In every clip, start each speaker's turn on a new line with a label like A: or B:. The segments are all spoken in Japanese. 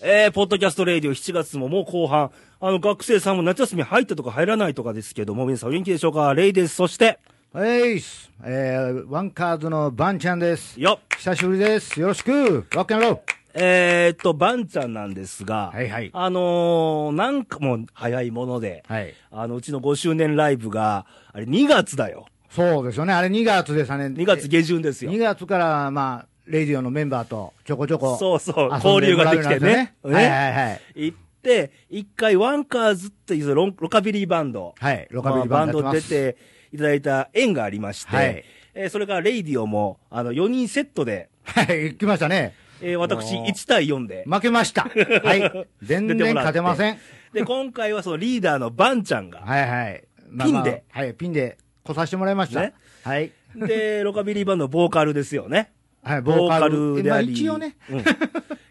A: えー、ポッドキャストレディオ7月ももう後半。あの、学生さんも夏休み入ったとか入らないとかですけども、皆さんお元気でしょうかレイです。そして、
B: えいっす、えー、ワンカードのバンちゃんです。
A: よっ
B: 久しぶりです。よろしく、ロックンロール。
A: えー、っと、バンちゃんなんですが、
B: はいはい
A: あのー、なんかもう早いもので、
B: はい。
A: あの、うちの5周年ライブが、あれ2月だよ。
B: そうですよね、あれ2月ですね。
A: 2月下旬ですよ
B: 2。月から、まあ、レディオのメンバーとちょこちょこ。
A: そうそう、
B: 遊ん
A: 交流
B: も
A: が
B: らう
A: で
B: よ
A: き
B: うにな
A: て
B: るんですよ
A: ね。
B: はいはいはい。
A: 行って、一回ワンカーズっていうロンロカビリーバンド。
B: はいロカビリー
A: まあ
B: バンド
A: バンド出ていただいた縁がありまして、
B: はい
A: えーそれからレイディオも、あの、4人セットで、
B: はい、行きましたね。
A: えー私
B: もう
A: 1対4で。
B: 負け ました。はい。全
A: 出
B: 然
A: もらって
B: 勝てません。。
A: で、今回はそのリーダーのバンちゃんが、
B: はいはい。まあ
A: ピンで
B: まあはい、ピンで来させてもらいました
A: ね。
B: はい。
A: で、ロカビリーバンドのボーカルですよね。
B: はい、ボ
A: ボ
B: ー
A: ー
B: カ
A: カ
B: ル
A: ル
B: で
A: で
B: まあ
A: あり、
B: 一応ね。
A: うん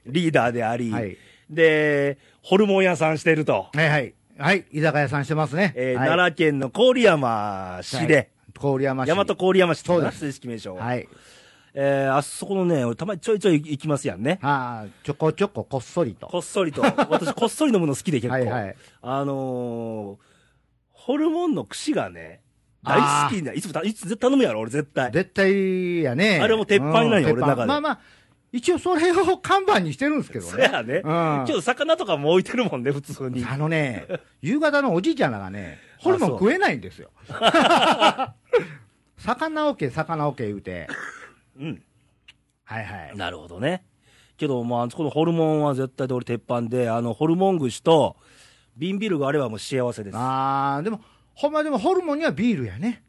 A: リーダーであり、
B: はい
A: で、ホルモン屋さんしてると、
B: はいはい。はい、居酒屋さんしてますね。
A: えー
B: はい
A: 奈良県の郡山市で、
B: はい郡山市。
A: 大和郡山市っていうの
B: そう
A: かな
B: です
A: 正式名称は。
B: はい。
A: えーあそこのね、俺たまにちょいちょい行きますやんね。
B: ああ、ちょこちょここっそりと。
A: こっそりと。私、こっそり飲むの好きで結構。
B: はいはい
A: あのーホルモンの串がね、大好きな、いつもた、いつ絶対頼むやろ、俺絶対。
B: 絶対やね。
A: あれも鉄板なんよ
B: う
A: 俺の中で
B: 鉄板まあまあ、一応それを看板にしてるんですけど
A: そ
B: ね。
A: やね。
B: うん
A: 今日魚とかも置いてるもんね、普通に。
B: あのね、夕方のおじいちゃんらがね、ホルモン
A: あそう
B: 食えないんですよ。 魚おけ、魚おけ言うて。
A: うん。
B: はいは い。
A: なるほどね。けど、まあ、あそこのホルモンは絶対で俺鉄板で、あの、ホルモン串と、瓶ビールがあればもう幸せです。
B: あー、でも、ほんまでもホルモンにはビールやね。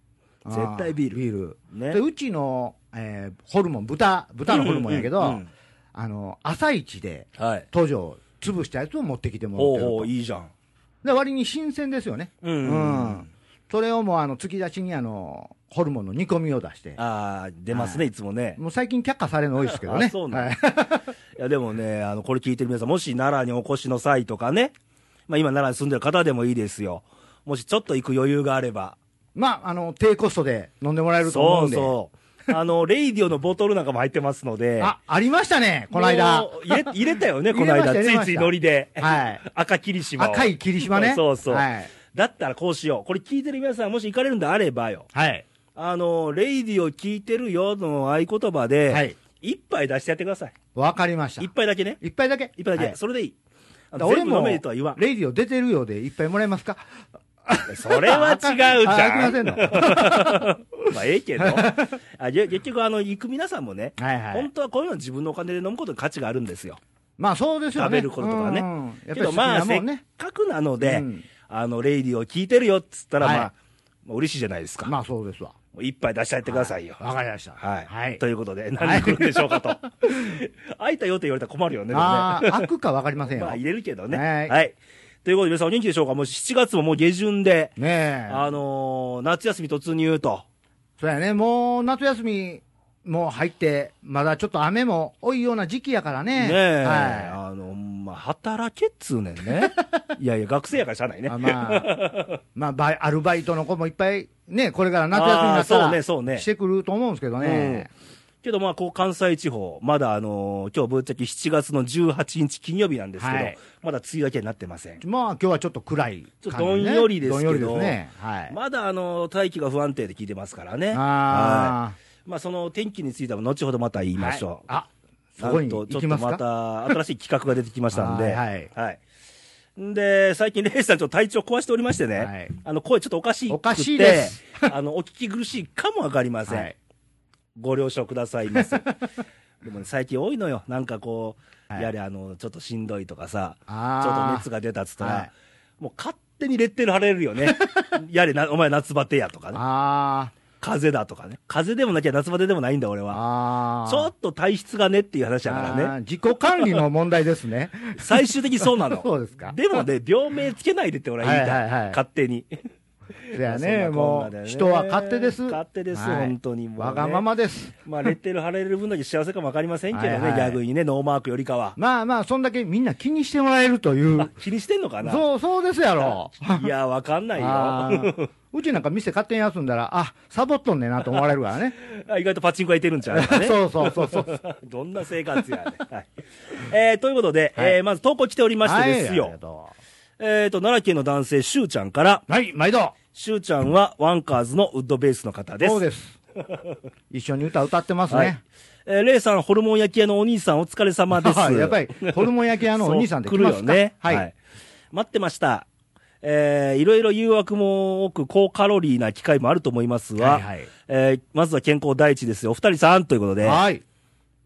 A: 絶対ビール
B: ビール。
A: ね
B: で、うちの、えーホルモン、豚、豚のホルモンやけど、
A: うんうんうん
B: あの、朝一で、
A: はい。
B: 途上、潰したやつを持ってきても
A: ほう
B: らって
A: ほう、
B: る
A: いいじゃん。
B: と。で、割に新鮮ですよね。
A: うん
B: う
A: うんうん
B: ん。それをもう、あの、突き出しに、あの、ホルモンの煮込みを出して。
A: ああ、出ますね、いつもね。
B: もう最近却下されるの多いですけど ね。
A: あそうなん
B: はい
A: いや、でもね、あの、これ聞いてる皆さん、もし奈良にお越しの際とかね、まあ今奈良に住んでる方でもいいですよ。もしちょっと行く余裕があれば。
B: まあ、あの、低コストで飲んでもらえると思
A: そううん
B: で。
A: そう。あの、 レイディオのボトルなんかも入ってますので。
B: あ、ありましたね、この間
A: も。う入れ、入れた よね、この
B: 入れ
A: 間。
B: ました
A: つ
B: 入れ
A: い
B: ました
A: ついノリで。
B: はい。
A: 赤霧島を。
B: 赤い霧島 ね。
A: そうそう。
B: はい。
A: だったらこうしよう。これ聞いてる皆さん、もし行かれるんであればよ。
B: はい。
A: あの、レイディオ聞いてるよの合言葉で、
B: はい
A: 一杯出してやってください。
B: わかりました
A: 一。杯だけね。
B: 一杯だけ。
A: 一杯だけ、
B: はい
A: それでいい。あ
B: だから
A: の
B: 俺
A: 全部
B: も、
A: 飲め
B: レイ
A: るとは言わん。
B: ディオ出てるようで一杯もらえますか
A: それは違うじ
B: ああき
A: ゃ
B: ま
A: ん。
B: せんの。
A: まあ、ええ けど。あげ結局、あの、行く皆さんもね、
B: はいはい
A: 本当はこういうの自分のお金で飲むことに価値があるんですよ。
B: まあそうですよね。
A: 食べることとかね
B: うん。やっぱ
A: け
B: り好
A: ど、
B: き
A: まあ、
B: な
A: せ
B: も
A: っ
B: んね。
A: かくなので、
B: うん
A: あの、レイディを聞いてるよっつったら、
B: はい
A: まあ、まあ嬉しいじゃないですか。
B: まあそうですわ。
A: もう一杯出してやってくださいよ。
B: わかりました。
A: はい。
B: はい
A: と。いうことで、何来るんでしょうか と。会いたよって言われたら困るよね、でもね
B: ああ、開くかわかりませんよ。
A: まあ、入れるけどね。
B: はい
A: ということで、皆さんお元気でしょうかもう7月ももう下旬で、
B: ねえ。
A: あのー夏休み突入と。
B: そうやね。もう夏休みも入って、まだちょっと雨も多いような時期やから
A: ね
B: ね。
A: え、
B: は
A: あの、ほんまあ、働けっつうねん ね。いやいや、学生やからしゃあない
B: い。
A: ね
B: まあ。ま あ、まあバイ、アルバイトの子もいっぱい、ね、これから夏休みになった
A: あーそうね
B: ら、
A: そうね
B: してくると思うんですけどね。
A: けどまあ、こう、関西地方、まだあのー今日ぶっちゃけ7月の18日金曜日なんですけど、
B: はい
A: まだ梅雨明けになってません。
B: まあ、今日はちょっと暗い
A: ちょっと
B: 感じね
A: どんよりですけど
B: どんよりですね。はい。
A: まだあのー大気が不安定で聞いてますからね。は
B: あ
A: い。まあ、その天気については後ほどまた言い
B: ー
A: ましょう。
B: はいあ、そこ
A: な
B: に
A: んとちょ
B: 行
A: っ
B: き
A: と
B: ます
A: ま
B: か
A: た 新しい企画が出てきましたんで、
B: はいはい
A: んで、最近、レイさん、ちょっと体調壊しておりましてね、
B: はい
A: あの声ちょっとおかしいくて、
B: おかしいです
A: あのお聞き苦しいかもわかりません、
B: はい
A: ご了承くださいませ。 でもね、最近多いのよ、なんかこう、
B: はい
A: やはりあのちょっとしんどいとかさ、ちょ
B: あ
A: っ
B: ー
A: と熱が出たっつったら、
B: はい
A: もう勝手にレッテル貼れるよ ね、やれな、お前、夏バテやとかね、
B: あー
A: 風邪だとかね、風邪でもなきゃ夏バテでもないんだ、俺は。
B: あー。
A: ちょっと体質がねっていう話だからね。
B: あー自己管理の問題ですね。
A: 最終的にそうなの
B: 。そうですか
A: でもね、病名つけないでって俺は言いたい。
B: はいはいはい
A: 勝手に。
B: そや
A: まあ
B: ね、
A: そんなこん
B: も
A: なで
B: う、
A: ね
B: 人は勝手です。
A: 勝手です
B: はい
A: 本当にもうね
B: わがままです。
A: まあ、レッテル貼られる分だけ幸せかもわかりませんけどね、
B: はいはい
A: 逆にね、ノーマークよりかは。
B: まあまあ、そんだけみんな気にしてもらえるとい
A: あ
B: う。
A: 気にしてんのかな
B: そう、そうですやろ。
A: いや、わかん ないよ。
B: あ
A: あ
B: ーうちなんか店勝手に休んだら、あ、サボっとんねんなと思われるか らね。
A: 意外とパチンコ空いてるんちゃうかね。
B: そうそうそうそう。
A: どんな生活やねん、はいえーということで、
B: はい
A: えーまず投稿来ておりましてです
B: はいありが
A: よ。
B: と
A: えっと、奈良県の男性、しゅうちゃんから、
B: うはい、毎度。
A: しゅうちゃんはワンカーズのウッドベースの方です。
B: そうです。一緒に歌歌ってます
A: はい
B: ね。。
A: えーレイさん、ホルモン焼き屋のお兄さん、お疲れ様です。
B: はいやっぱり、ホルモン焼き屋のお兄さんで
A: そう
B: 来
A: 来る
B: ます
A: よ
B: か
A: ね。
B: はい。
A: 待ってました。えーいろいろ誘惑も多く、高カロリーな機会もあると思いますが、
B: はいはい
A: えーまずは健康第一ですよ。お二人さんということで、
B: はい。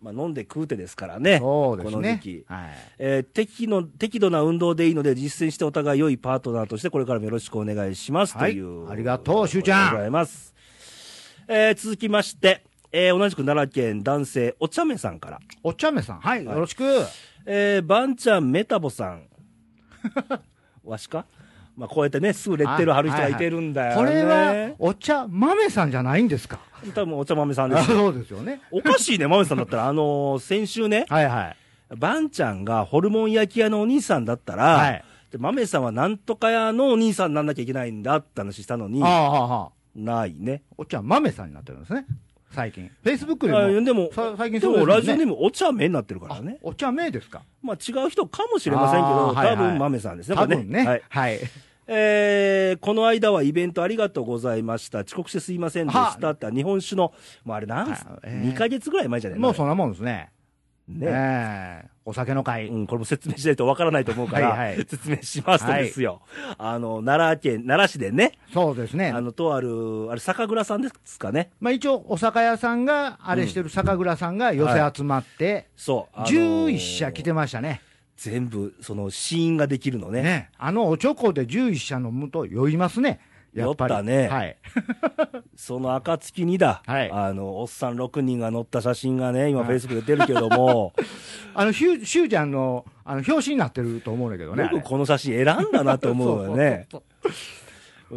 A: まあ、飲んで食うてですからね。
B: そうです
A: この時
B: ね
A: 期。。
B: はい。
A: えー適の、適度な運動でいいので、実践してお互い良いパートナーとして、これからもよろしくお願いします。
B: はい
A: という。
B: ありがとうしゅうちゃん
A: ありがとうございます。えー続きまして、えー同じく奈良県男性、お茶目さんから。
B: お茶目さん、はい、よろしく。
A: えー、ばんちゃんメタボさ ん。わしかまあ、こうやってね、すぐレッテル貼る人がいてるんだよ
B: こ
A: ね。
B: れは、お茶豆さんじゃないんですか。
A: 多分お茶豆さんで
B: あ
A: す よ。
B: そうですよね。
A: おかしいね、豆さんだったら。あのー先週ね、
B: はいはい。
A: ばんちゃんがホルモン焼き屋のお兄さんだったら、
B: はい
A: で豆さんはなんとか屋のお兄さんになんなきゃいけないんだって話したのに
B: あ、あ、はあ、はあ。
A: ないね。
B: お茶豆さんになってるんですね。最近。フェイスブックで
A: あ
B: も。
A: でも、
B: さ最
A: で
B: 近そうです
A: も
B: よね
A: ラジオにもお茶目になってるからね。
B: お茶目ですか。
A: まあ違う人かもしれませんけ
B: あ
A: ど、
B: ーはいは
A: 多
B: い
A: 分豆さんですね、
B: 多
A: これ
B: 分
A: は
B: ね。はいい。 はい。
A: えーこの間はイベントありがとうございました。遅刻してすいませんでした。って日本酒の、もうあれなんす、
B: あえー
A: 2ヶ月ぐらい前じゃない
B: もうそんなもんですね。
A: ね。
B: ねえ。お酒の会
A: う。ん、これも説明しないとわからないと思うから、
B: はいはい
A: 説明しますとですよ、あの、奈良県、奈良市でね、
B: そうですね
A: あ。の、とある、あれ、酒蔵さんですかね。
B: まあ一応、お酒屋さんが、あれしてる酒蔵さんが寄せ集まって、
A: そう。あのー
B: 11社来てましたね。
A: 全部、その、試飲ができるのね。
B: ね。あのおちょこで11社飲むと酔いますね。やっぱり。
A: 酔ったね
B: はい。
A: その暁にだ、
B: はい
A: あの、おっさん6人が乗った写真がね、今、
B: はい
A: フェイスブックで出るけど も、
B: あの、シュシューちゃんの、あの、表紙になってると思うんだけどね。
A: よ
B: あれ
A: くこの写真選んだなと思うよね。
B: そうそうそう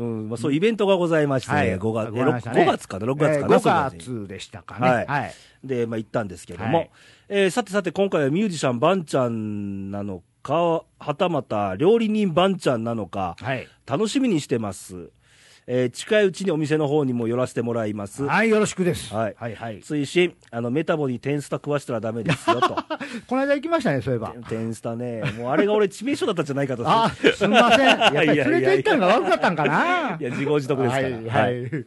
A: うん、まあ、そういうイベントがございまして、
B: はい。
A: 5月、
B: ご
A: え
B: ざいま
A: ろ
B: し
A: く
B: た
A: 5
B: ね
A: 月かな、6月かな、
B: えー
A: その
B: 5
A: あたり
B: 月でしたか
A: はい
B: ね。はい。
A: で、まあ、行ったんですけども、
B: はい
A: えーさてさて、今回はミュージシャンバンちゃんなのか、はたまた料理人バンちゃんなのか、
B: はい。
A: 楽しみにしてます。えー近いうちにお店の方にも寄らせてもらいます。
B: はい、よろしくです。
A: はい
B: はい、はい。
A: 追伸、あの、メタボにテンスタ食わしたらダメですよ、 と。
B: この間行きましたね、そういえば。
A: テンスタね、もうあれが俺致命傷だったんじゃないかと。。
B: あ、すみません。やっぱり連れて行ったのが悪かったんかない
A: や、自業自得ですから。
B: はい、はい。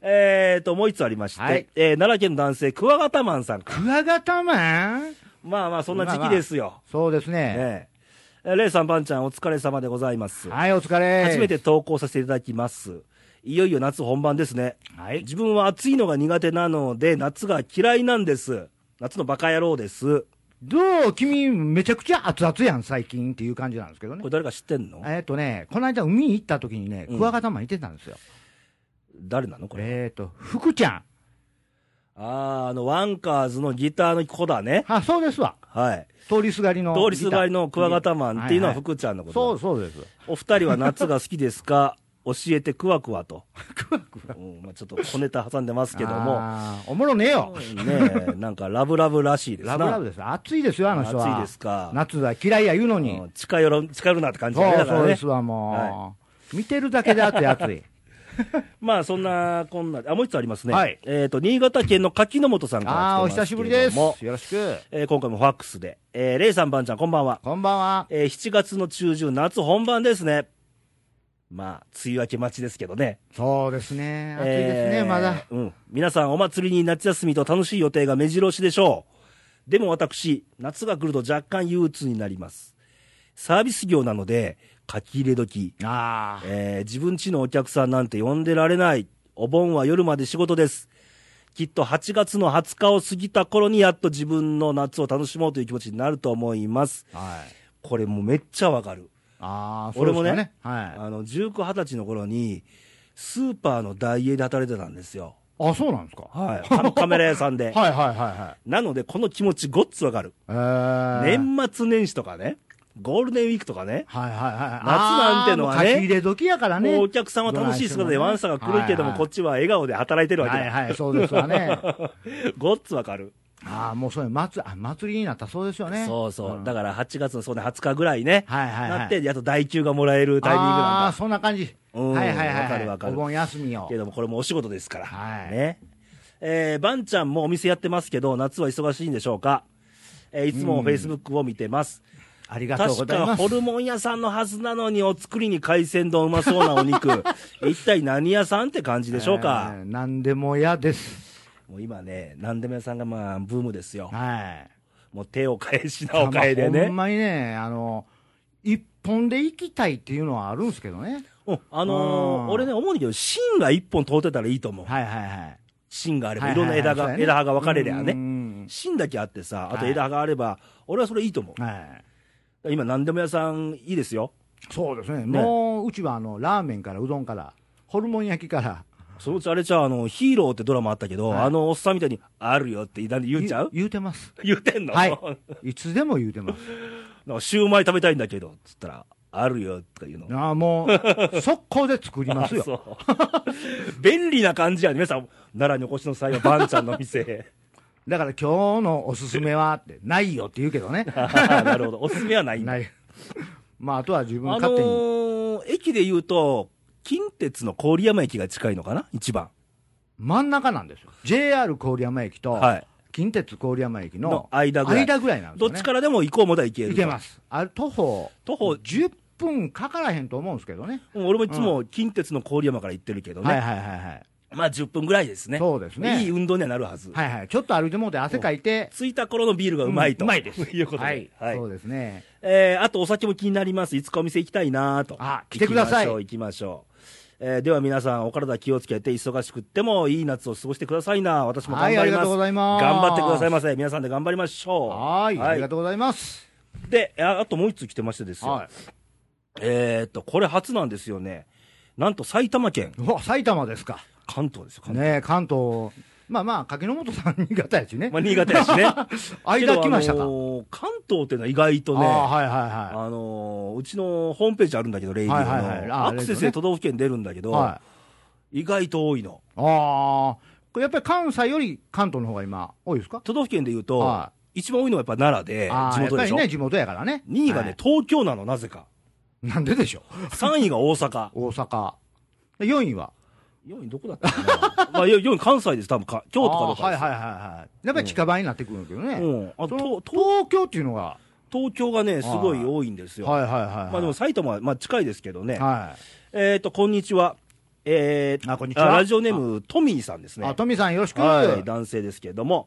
A: えーと、もう一つありまして、
B: はい
A: えー奈良県の男性、クワガタマンさんから。
B: クワガタマン
A: まあまあ、そんな時期ですよ。
B: そうですね。
A: ねええーレイさん、バンちゃん、お疲れ様でございます。
B: はい、お疲れ。
A: 初めて。投稿させていただきます。いよいよ夏本番ですね。
B: はい。
A: 自分は暑いのが苦手なので、夏が嫌いなんです。夏のバカ野郎です。
B: どう君、めちゃくちゃ熱々やん、最近っていう感じなんですけどね
A: これ。誰か知ってんの
B: えっとね、この間海に行った時にね、
A: うん
B: クワガタマンいてたんですよ。
A: 誰なのこれ。
B: えっと、福ちゃん。
A: あー、あの、ワンカーズのギターの子だね。
B: あ、そうですわ。
A: はい。
B: 通りすがりの。
A: 通りすがりのクワガタマンっていうのは
B: は
A: 福ちゃんの
B: い
A: こ
B: は
A: と
B: い
A: だ
B: そう、そうです。
A: お二人は夏が好きですか教えてクワクワ と。クワクワ、うんまあ、ちょっと小ネタ挟んでますけども。
B: あーおもろねえよ。
A: ねえ、なんかラブラブらしいですな。
B: ラブラブです。暑いですよ、あの人は。
A: 暑いですか
B: 夏は嫌いや言うのに。
A: うん近寄ろ、近寄るなって感じ
B: そ
A: だね。
B: う
A: だから
B: そう
A: ね
B: ですわ、もう。見てるだけで暑い、暑 い。
A: まあそんなこんなで、あ、もう一つありますね。
B: はい
A: えっ、と、新潟県の柿の本さんから来て
B: ああ、お
A: ますけれども。
B: 久しぶりです。よろしく。
A: えー今回もファックスで。えー、レイさん、ばんちゃん、こんばんは。
B: こんばんは。
A: えー7月の中旬、夏本番ですね。まあ、梅雨明け待ちですけどね。
B: そうですね。暑いですね、
A: えー
B: まだ。
A: うん。皆さん、お祭りに夏休みと楽しい予定が目白押しでしょう。でも私、夏が来ると若干憂鬱になります。サービス業なので、書き入れ時、
B: ああ。
A: えー自分家のお客さんなんて呼んでられない。お盆は夜まで仕事です。きっと8月の20日を過ぎた頃にやっと自分の夏を楽しもうという気持ちになると思います。
B: はい。
A: これもうめっちゃわかる。
B: ああ、そう
A: 俺
B: で
A: も
B: す
A: ね
B: かね。は
A: あの、19、20歳の頃に、スーパーのダイエーで働いてたんですよ。
B: い。あそうなんですか。は
A: はい。カカメラ屋さんで
B: い。はいはいはい。
A: なので、この気持ちごっつわかる。
B: えー
A: 年末年始とかね、ゴールデンウィークとかね、
B: はいはいはい。夏
A: なんてのはね
B: 書き入れ時やからね。
A: もうお客さんは楽しい姿でワンサが来るけども、
B: はいはい
A: こっちは笑顔で働いてるわけだ。
B: はいはい、そうですわね。
A: ごっつわかる。
B: ああ、もうそれ、祭あ祭りになったそうですよね。
A: そうそう。
B: ん
A: だから8月のそうね、20日ぐらいね、
B: はいはいはい。
A: なって、やっと代休がもらえるタイミング
B: あ
A: な
B: あ、
A: んだ。
B: そんな感じ。
A: うん
B: はいはいはい。
A: わかるわかる
B: お盆休みを
A: け。ども、これもお仕事ですから。
B: はい
A: ね。えー、ばんちゃんもお店やってますけど、夏は忙しいんでしょうか。えーいつも
B: うん
A: Facebook を見てます。
B: ありがとうご
A: 確
B: ざい
A: か
B: ます。
A: ホルモン屋さんのはずなのに、お作りに海鮮丼うまそうなお 肉。一体何屋さんって感じでしょうか。
B: えーなんでも嫌です。
A: もう今ね、何でも屋さんがまあ、ブームですよ。
B: はい。
A: もう手を変え、品を変えで
B: まあほ
A: ね
B: ん。まにね、あの、一本で行きたいっていうのはあるんですけどね。
A: うんあのー
B: うん
A: 俺ね、思うんだけど、芯が一本通ってたらいいと思う。
B: はいはいはい。
A: 芯があれば、
B: はい
A: ろ
B: はは
A: んな枝
B: そう
A: が、
B: やね
A: 枝葉が分かれりゃ
B: う
A: ね。
B: ん
A: 芯だけあってさ、あと
B: はい
A: 枝葉があれば、俺はそれいいと思う。
B: はい。
A: 今、何でも屋さんいいですよ。
B: そうですね。もう、うちはあの、ラーメンからうどんから、ホルモン焼きから。
A: そのうちあれちゃう、あの、ヒーローってドラマあったけど、
B: はい
A: あのおっさんみたいに、あるよって言言っちゃう
B: 言うてます。
A: 言ってんの、
B: はい
A: なん。
B: いつでも言うてます。
A: かシューマイ食べたいんだけど、つったら、あるよとか言うの。
B: ああ、もう、速攻で作ります よ。
A: あそう 便利な感じやね。皆さん、奈良にお越しの際は、ばんちゃんの店。
B: だから今日のおすすめはって、ないよって言うけどね。
A: なるほど。おすすめはないんだ。
B: ない。 まあ、あとは自分
A: あ
B: 勝手に。
A: のー駅で言うと、近鉄の郡山駅が近いのかな一番。
B: 真ん中なんですよ。JR 郡山駅と、
A: はい
B: 近鉄郡山駅の
A: の間ぐらい
B: なんです
A: ど
B: よ
A: っ
B: ね。
A: ちからでも行こうもだ行ける。
B: 行けます。あれ、徒歩、
A: 徒歩
B: 10分かからへんと思うんですけどね。
A: うん俺もいつも近鉄の郡山から行ってるけどね。
B: はいはいはいはい。
A: まあ10分ぐらいですね。
B: そうですね
A: いい運動にはなるはず。
B: はいはい。ちょっと歩いてもうて汗かいて、
A: 着いた頃のビールがうまいと。
B: うんうまいです
A: いうことで。
B: はい、
A: はい
B: そうですね。
A: えーあとお酒も気になります。いつかお店行きたいなと。
B: あ来てくださ
A: 行きま
B: い
A: しょう、行きましょう。えーでは皆さん、お体気をつけて、忙しくってもいい夏を過ごしてくださいな。私も頑張ります。
B: はいありがとうございます
A: 頑張ってくださいませ。皆さんで頑張りましょう。
B: はい,、ありがとうございます。
A: で、ああともう一つ来てましてですよ。
B: は
A: えーっと、これ初なんですよね。なんと埼玉県、
B: い。うわ、埼玉ですか。
A: 関東ですよ、関東。
B: ねえ関東、まあまあ、柿本さん、 新潟やしね。
A: まあ、新潟やしね。
B: 間来ました
A: けどあ
B: か。
A: のー関東っていうのは意外とね、
B: ああ、
A: あ
B: はいは
A: のーうちのホームページあるんだけど、レイディオの、
B: はいはいはいあ
A: アクセス
B: レ
A: で
B: イディオね
A: 都道府県出るんだけ
B: い
A: ど、
B: はい。はい
A: 意外と多いの。
B: ああ、これやっぱり関西より関東の方が今、多いですか
A: 都道府県で言うと、
B: は
A: 一番多いのはやっぱ奈良で、
B: あ
A: 地
B: ー
A: 元でし
B: やっ
A: ょ。
B: ぱりね、地元やからね。
A: 2位がね、東京なの、な ぜか。
B: はいなんででしょ。
A: 3位が大阪
B: う。大阪。で4位は
A: 4位どこだったかな まあ、4位関西です、多分か京都かどうか
B: あーはい
A: です
B: はいはいはい。やっぱり近場になってくるんだけどね。
A: うんあと
B: その
A: 東
B: 東京っていうのが、は
A: 東京がね、すごい多いんです
B: い
A: よ。
B: はいはいはい。
A: まあでも埼玉は、まあ近いですけどね。
B: は
A: えっ、と、こんにちは。えー
B: あこんにちは
A: ラジオネーム、トミーさんです
B: い。
A: ね。
B: あ、トミさんよろしく。
A: はい、男性ですけれども。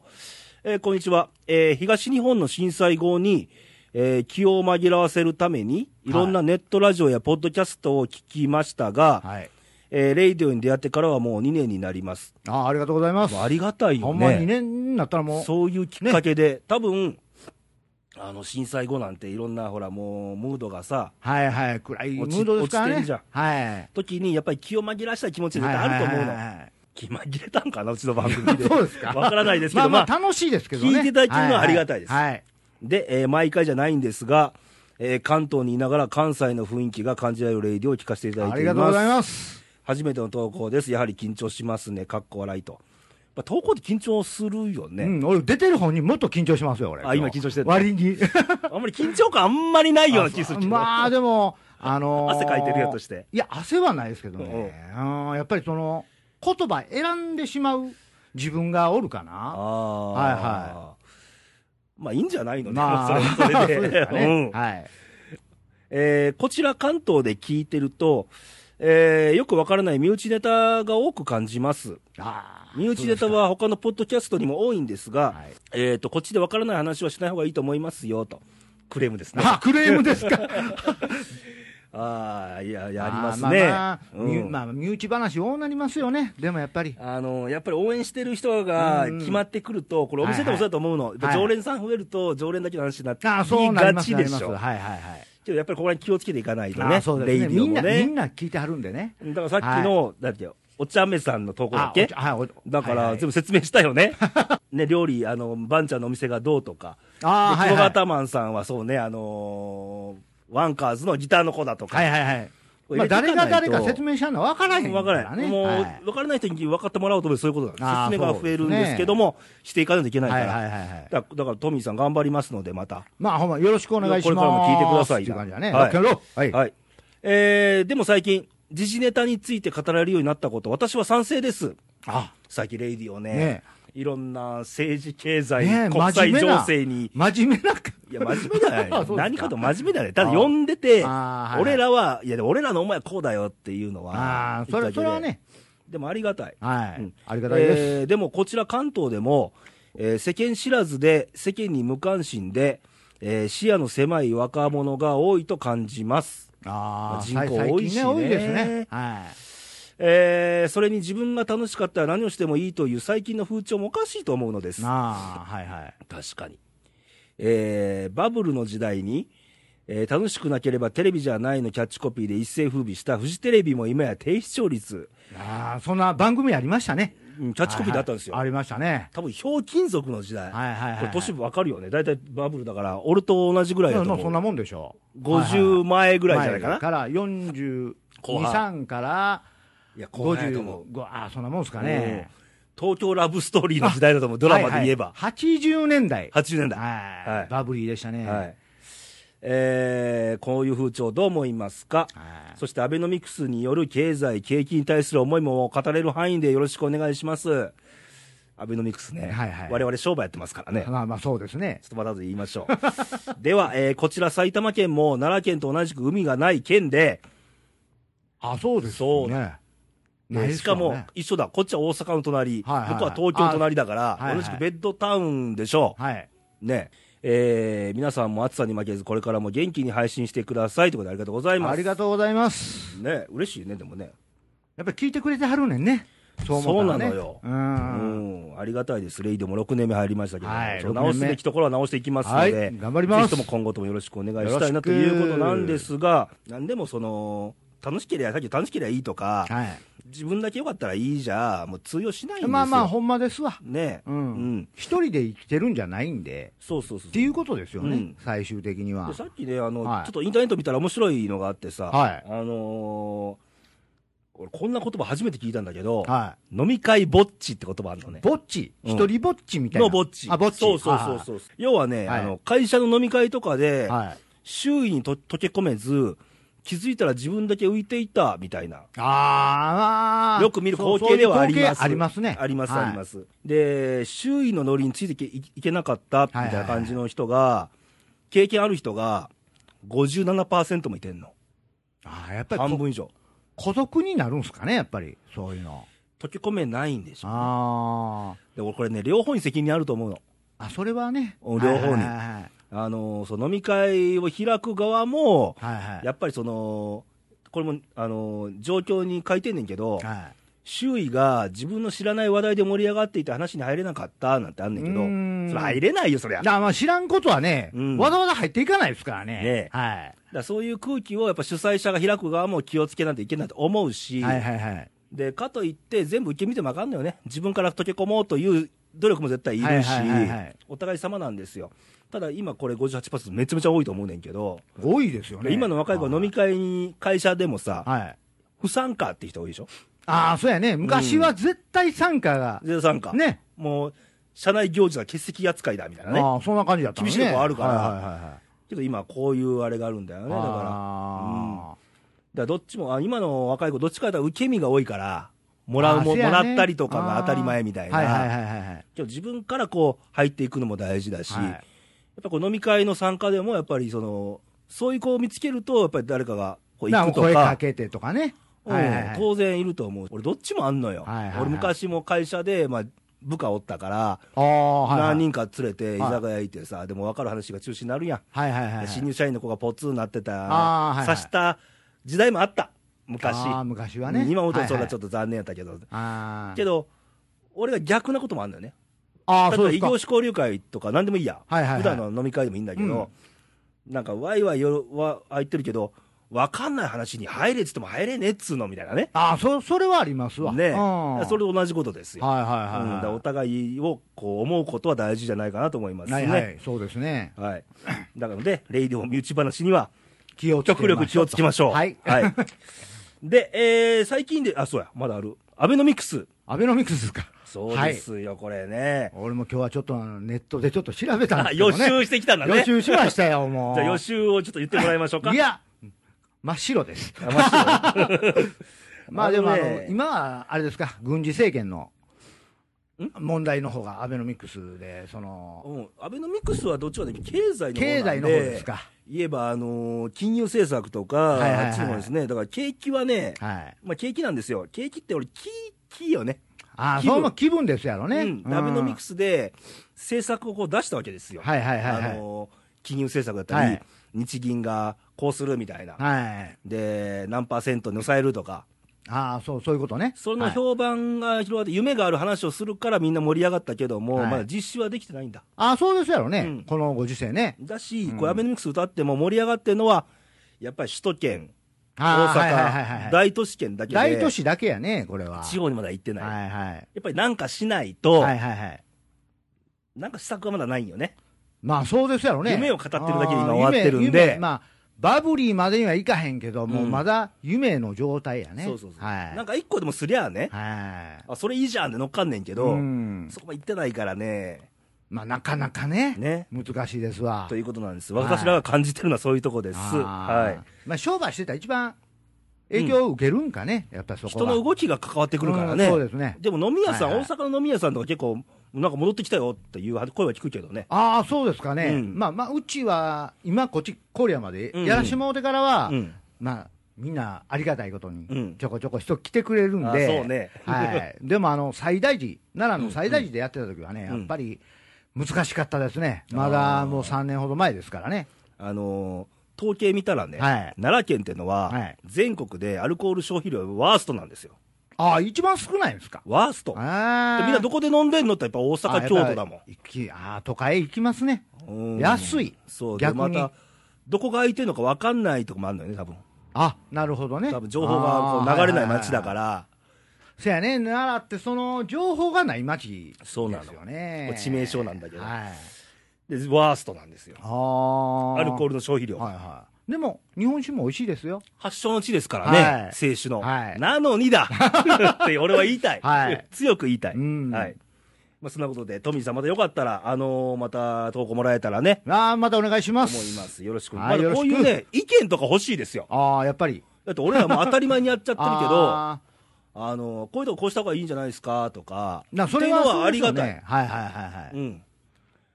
A: えーこんにちは。えー東日本の震災後に、えー気を紛らわせるために、いろんなネットラジオやポッドキャストを聞きましたが、
B: はい。
A: えーレイディオに出会ってからはもう2年になります。
B: あーありがとうございます。
A: もうありがたい
B: ほ
A: よ
B: んま
A: ね。
B: 2年になったらもう、
A: そういうきっかけで、多分、あの、震災後なんていろんな、ほら、もう、ムードがさ、
B: はいはい、暗いム
A: 落ち
B: ードですからね。
A: 落ちてんじゃん
B: はい。
A: 時にやっぱり気を紛らわしたい気持ち絶対あると思うの。気紛れたんかな、うちの番組で。
B: の。 そうですか。
A: わからないですけ
B: ま
A: ど、
B: あ
A: ま
B: ま
A: あ、
B: あ楽しいですけどね。
A: 聞いていただけるのはありがたいです
B: はいはい。
A: で、えー毎回じゃないんですが、えー関東にいながら関西の雰囲気が感じられるレイディオを聞かせていただい
B: あ
A: て
B: り
A: い
B: が
A: ます。
B: とうございます。
A: 初めての投稿です。やはり緊張しますね。かっこ笑いと。まあ、投稿って緊張するよね。
B: うん、俺出てる方にもっと緊張しますよ、俺。
A: あ今緊張してるの
B: 割に。
A: あんまり緊張感あんまりないような気するけど。
B: まあでも、あのー
A: 汗かいてるやとして。
B: いや、汗はないですけどね。うん、やっぱりその、言葉選んでしまう自分がおるか
A: あ
B: な。
A: あ。。
B: はいはい
A: まあいいんじゃないのね。
B: まあ、
A: もうそれはそれ
B: そう
A: で。
B: ですかね。
A: うん
B: はい。
A: えーこちら関東で聞いてると、えーよくわからない身内ネタが多く感じます。
B: あー
A: 身内ネタ、は他のポッドキャストにも多いんですが、
B: はい
A: えっ、と、こっちでわからない話はしない方がいいと思いますよ、と。クレームですね。
B: あ、クレームですか。
A: ああ、いや、や
B: あ
A: ります
B: ー
A: ね。
B: まあまあ、
A: う
B: 身
A: ん
B: まあ、身内話、多なりますよね。でもやっぱり。
A: あのやっぱり応援してる人が決まってくると、これ、お店でもそうだと思うの、やっぱ
B: はいはい
A: 常連さん増えると、常連だけの話になって
B: あーそうなりま
A: が
B: す、
A: ち
B: なり
A: で
B: ま
A: し
B: す。はい
A: ょ、
B: はいはい。
A: けどやっぱりここら辺気をつけていかないと
B: あー
A: ね、
B: そうで
A: レイ
B: すね。
A: ディ
B: み
A: オ
B: ん
A: も
B: な、み
A: ね
B: ん。な聞いてはるんでね。
A: だからさっきの、だってお茶目さんの投稿だっ
B: あ
A: け
B: お茶はい、お
A: だか
B: はいは
A: ら、
B: い
A: 全部説明したよ ね。ね、料理、あの、ばんちゃんのお店がどうとか。
B: あ
A: で
B: ーはい
A: クロ
B: は
A: ガ
B: い
A: タマンさんはそうね、あのーワンカーズのギターの子だとか。
B: はいはいはい。まあ、誰が誰か説明しはんのは分からへん
A: わから
B: ら
A: な
B: ね。
A: い。もう、
B: はい
A: 分からない人に分かってもらおうと思えばそういうことな
B: あ
A: んで
B: ー
A: す。説明が増えるんですけども、していかないといけないか
B: は
A: ら。
B: いはいはいはい。
A: だだから、トミーさん頑張りますので、また。
B: まあ、ほんま、よろしくお願いします。
A: これからも聞いてください
B: っていう感じだね。
A: はい
B: ロックンロールはい。
A: はい。えー、でも最近、時事ネタについて語られるようになったこと、私は賛成です。
B: あ、
A: 最近、レイディをね、
B: ね
A: いろんな政治、経済、
B: ねえ
A: 国
B: 真
A: 際
B: 面目な
A: 情勢に、
B: 真面目な。
A: いや、真面目じゃない
B: あそうですか
A: 何かと真面目だね。ただ、呼んでて、
B: あーはいはい
A: 俺らは、いや、でも俺らのお前はこうだよっていうのは、
B: ああ、それ、
A: 言っただけで
B: それは。ね、
A: でもありがたい。
B: は
A: う
B: い
A: ん。
B: ありがたいです。
A: えーでもこちら関東でも、えー世間知らずで、世間に無関心で、えー視野の狭い若者が多いと感じます。
B: ああ、
A: 人口
B: 最最
A: 多いしね
B: 近ね、多いですね。は
A: えーそれに自分が楽しかったら何をしてもいいという最近の風潮もおかしいと思うので
B: い。
A: す。
B: なあ、はいはい。
A: 確かに。えーバブルの時代に、えー楽しくなければテレビじゃないのキャッチコピーで一世風靡したフジテレビも今や低視聴率、
B: ああ、そんな番組ありましたね。
A: うんキャッチコピーだったんですよ。
B: はいはいありましたね。
A: 多分、ひょうきん族の時代。
B: はいはいはい
A: これ、年わかるよね。大体バブルだから、俺と同じぐらいだと
B: まあ
A: 思
B: そん
A: う。
B: なもんでしょう。
A: 50前ぐらいじゃないかな。
B: 前から42、
A: 後半
B: 3から
A: いや、後輩だと思う。
B: 55、ああ、そんなもんですか
A: うん
B: ね。
A: 東京ラブストーリーの時代だと思う。ドラマで言えば。
B: はいはい80年代。
A: 80年代。
B: はい
A: はい
B: バブリーでしたね。
A: はい。えーこういう風潮どう思いますか、
B: はい
A: そしてアベノミクスによる経済、景気に対する思いも語れる範囲でよろしくお願いします。アベノミクスね。
B: はいはい
A: 我々商売やってますからね。
B: まあまあそうですね
A: ちょ。っとまたず言いましょう。 では、えーこちら埼玉県も奈良県と同じく海がない県で、
B: あ、そうです
A: そう
B: ね。ない
A: ね
B: です
A: しかも
B: ね
A: 一緒だ。こっちは大阪の隣、
B: はいはいはい
A: 向こうは東京の隣だから、
B: あはいはい
A: 同じくベッドタウンでしょう。
B: はい。
A: ね。えー皆さんも暑さに負けず、これからも元気に配信してくださいということでありがとうございます。
B: ありがとうございます。
A: ね、嬉しいね、でもね。
B: やっぱり聞いてくれてはるねんね。そう思ったらね
A: そうなのよ
B: う。
A: うんん、ありがたいです。レイでも6年目入りましたけど、
B: はい
A: ちょっと
B: 6
A: 直
B: 年目
A: すべきところは直していきますので、
B: はい頑張ります
A: ぜひとも今後ともよろしくお願いし
B: よ
A: た
B: ろ
A: い
B: し
A: な
B: く
A: ということなんですが、なんでもその、楽しければ、さっき楽しければいいとか、
B: はい。
A: 自分だけ良かったらいいじゃ、もう通用しないんですよ。
B: まあまあ、ほんまですわ。
A: ね、
B: う
A: うんん。
B: 一人で生きてるんじゃないんで、
A: そうそうそう。
B: っていうことですよ
A: う
B: ね
A: ん。
B: 最終的には
A: で。さっきね、あの、
B: はい
A: ちょっとインターネット見たら面白いのがあってさ、
B: はい
A: あのー俺こんな言葉初めて聞いたんだけど、
B: は
A: 飲み会ぼっちって言葉あるのね
B: い。。ぼっち。
A: うん
B: 一人ぼっちみたいな。
A: のぼっち。
B: あ、ぼっち。
A: そうそうそうそう。要はね、
B: はい
A: あの、会社の飲み会とかで、
B: はい。はい。
A: 周囲にと溶け込めず、気づいたら自分だけ浮いていた、みたいな。
B: ああ。
A: よく見る光景ではあります。
B: そうそういう光景ありますね。
A: あります、
B: はい
A: あります。で、周囲のノリについていけいいけなかった、みたいな感じの人が、経験ある人が、57%もいてんの。
B: ああ、やっぱり
A: 半
B: こ
A: 分以上。
B: 孤独になるんすかね、やっぱり。そういうの。
A: 溶け込めないんでしょ。
B: あ
A: で、俺これね、両方に責任あると思うの。
B: あ。あ、それはね。
A: お両方に
B: はいはいはい
A: あの、そう、飲み会を開く側も、
B: はいはい。
A: やっぱりその、これも、あの、状況に書いてんねんけど、
B: はい
A: 周囲が自分の知らない話題で盛り上がっていて話に入れなかったなんてあんねんけど
B: うーん、
A: それ入れないよ、そりゃ。
B: だ
A: だか
B: からまあ知らんことはね、
A: うん
B: わざわざ入っていかないですからね。
A: ね
B: は
A: らそういう空気をやっぱ主催者が開く側も気をつけないといけないと思う
B: い。
A: し、
B: はいはいはい。
A: で、かといって全部受け身でもあかんのよね。自分から溶け込もうという努力も絶対いるし
B: はいはいはいはい、
A: お互い様なんですよ。ただ今これ58%めちゃめちゃ多いと思うねんけど、
B: 多いですよね。
A: 今の若い子は飲み会に、会社でも
B: あ
A: さ
B: ー、はい。
A: 不参加って人多いでしょ
B: ああ、そうやね。昔は絶対参加が、
A: ゼロ参加。
B: ね。
A: もう、社内行事は欠席扱いだみたいなね。
B: ああ、そんな感じだったのね。
A: 厳しいとこあるから
B: はいはいはいはい。
A: けど今、こういうあれがあるんだよね。だから、だか
B: あ
A: らどっちも、あ今の若い子、どっちかというと受け身が多いから、もらうも、
B: あー
A: も
B: そうや
A: ら
B: ね
A: ったりとかが当たり前みたい
B: ーはいはい
A: な。
B: はいはいはい。
A: けど自分からこう、入っていくのも大事だし、
B: はい
A: やっぱこう飲み会の参加でも、やっぱりその、そういう子を見つけると、やっぱり誰かがこう
B: な
A: 行
B: ん
A: く
B: か
A: と
B: 声か
A: か、
B: けてとかね。
A: うん
B: はいはいはい
A: 当然いると思う。俺どっちもあんのよ。
B: はいはいはい
A: 俺昔も会社で、まあ、部下おったから、
B: ああ、はいはい。
A: 何人か連れて居
B: はい
A: 酒屋行ってさ、でも分かる話が中止になるやん。
B: はいはいはいはい。
A: 新入社員の子がポツンなってた、
B: あーはいはい
A: 刺した時代もあった、昔。
B: ああ、昔はね。
A: うん今思うとそれはちょ
B: っ
A: っと残念やったけど。
B: と。ああ。
A: けど、俺が逆なこともあるんだよね。
B: ああ、
A: 例え
B: そう
A: ば
B: で
A: 異
B: すか。
A: 業種交流会とか何でもいいや。
B: はいはいはい
A: 普段の飲み会でもいいんだけど、なんかワイワイよわ空いてるけど、わかんない話に入れっつっても入れねえっつうのみたいなね。
B: ああ、そ、それはありますわ。
A: ね
B: うん
A: それと同じことですよ。
B: はい
A: うんだ
B: は
A: か
B: い
A: ら
B: は
A: お互いをこう思うことは大事じゃないかなと思います
B: い。
A: ね。
B: はいはい、そうですね。
A: はい。だからね、レイディオ身内話には
B: 気をつけましょ
A: 極
B: う
A: 力気をつけましょう。
B: はい。
A: はい。で、えー最近で、あ、そうや、まだある。アベノミクス。
B: アベノミクスですか。
A: そうですよ、これね。
B: 俺も今日はちょっとあのネットでちょっと調べたん
A: あ、
B: ですけ
A: 予
B: ど、ね。
A: 習してきたんだね。
B: 予習しましたよ、もう。
A: じゃあ予習をちょっと言ってもらいましょうか。
B: いや、真っ白です。
A: あ。まあ
B: まあでも、あ
A: あのね
B: の、今は、あれですか、軍事政権の問題の方がアベノミクスで、その、
A: うん、アベノミクスはどっちかというと経済の方なんで
B: 経済の方ですか。
A: 言えば、あのー金融政策とか、
B: いはいはい
A: あっちの方ですね、だから景気はね、
B: はい。
A: まあ、景気なんですよ、景気って俺、気気よね、
B: ああ、
A: 気分
B: そうも気分ですやろね。
A: うん、アベノミク
B: ス。
A: スで政策をこう出したわけですよ、
B: はいはいはいはい
A: あのー金融政策だったり、
B: はい
A: 日銀がこうするみたいな、
B: はい。
A: で何パーセントに抑えるとか、
B: ああ、そう、そういうことね。
A: その
B: はい
A: 評判が広がって、夢がある話をするからみんな盛り上がったけども、
B: はい
A: まだ実施はできてないんだ。
B: ああ、そうですやろね。
A: うん
B: このご時世ね。
A: だし、こうアベノミクス歌っても盛り上がってるのは、やっぱり首都圏、
B: あ
A: 大阪、
B: あはいはいはいはい
A: 大都市圏だけで、
B: 大都市だけやね、これは。
A: 地方にまだ行ってない、
B: はいはい。
A: やっぱりなんかしないと、
B: はいはいはい。
A: なんか施策はまだないんよね、
B: まあそうですやろね。
A: 夢を語ってるだけで今
B: あー
A: 終わってるんで
B: 夢夢まあ、バブリーまでにはいかへんけど、もううんまだ夢の状態やね。
A: そうそうそう、
B: はい。
A: なんか一個でもすりゃあね、
B: はい。
A: あそれいいじゃんって乗っかんねんけど、
B: うん
A: そこまで行ってないからね、
B: まあなかなかね、
A: ね
B: 難しいですわ。
A: ということなんです、
B: はい
A: 私らが感じてるのはそういうとこです、
B: あー
A: はい、
B: まあ商売してたら一番影響を受けるんかね、やっぱりそこ
A: 人
B: は。
A: の動きが関わってくるからね、
B: うんそうですね。
A: でも飲み屋さん、
B: はいはい
A: 大阪の飲み屋さんとか結構、なんか戻ってきたよっていう声は聞くけどね、
B: ああ、そうですかね。
A: うん
B: まあまあ、うちは、今こっち、コリアまでやらしてもうてからは、
A: うん、
B: まあ、みんなありがたいこと
A: う
B: に
A: ん、
B: ちょこちょこ人来てくれるん
A: あ
B: で、
A: そうね
B: はい、でもあの最大時、奈良の最大時でやってた時はね、
A: うん
B: やっぱり難しかったですね、
A: うん
B: まだもう3年ほど前ですからね、
A: あのー統計見たらね、
B: はい
A: 奈良県っていうのは、
B: はい
A: 全国でアルコール消費量ワーストなんですよ、
B: ああ、一番少ないんですか、
A: ワースト。
B: あ
A: でみんなど
B: こ
A: こで飲んでんのってやっぱ大阪、京都だもん。
B: 行きああ、都会へ行きますね、
A: うん
B: 安い
A: そうで
B: 逆
A: ま
B: に
A: たどこが空いてるのか分かんないとこもあるのよね、多分
B: あなるほどね、、
A: 多分情報がこう流れない街だからら、
B: せやね、奈良ってその情報がない街です
A: そうなの
B: よね、
A: こう致命傷なんだけど
B: は
A: で
B: い、
A: ワーストなんですよ、
B: あー
A: アルコールの消費量、
B: はいはい、でも、日本酒も美味しいですよ。
A: 発祥の地ですからね、
B: はい
A: 清酒の、
B: はい
A: なのに だって俺は言いたい、
B: はい
A: 強く言いたい、
B: うん
A: はいまあ、そんなことで、トミーさん、またよかったら、あのーまた投稿もらえたらね、
B: ああ、またお願いしま
A: 思
B: す。
A: います、よろしく、
B: はい
A: まだこういう
B: よ
A: ね、意見とか欲しいですよ、
B: ああ、やっぱり。
A: だって俺らもう当たり前にやっちゃってるけど。
B: あ
A: あのこういうとここうした方がいいんじゃないですかとか、
B: ーなそれは
A: っていうの
B: そ
A: はあ
B: うで
A: り
B: すよ
A: が
B: ね
A: たい、
B: はいはいはいはい。
A: うん、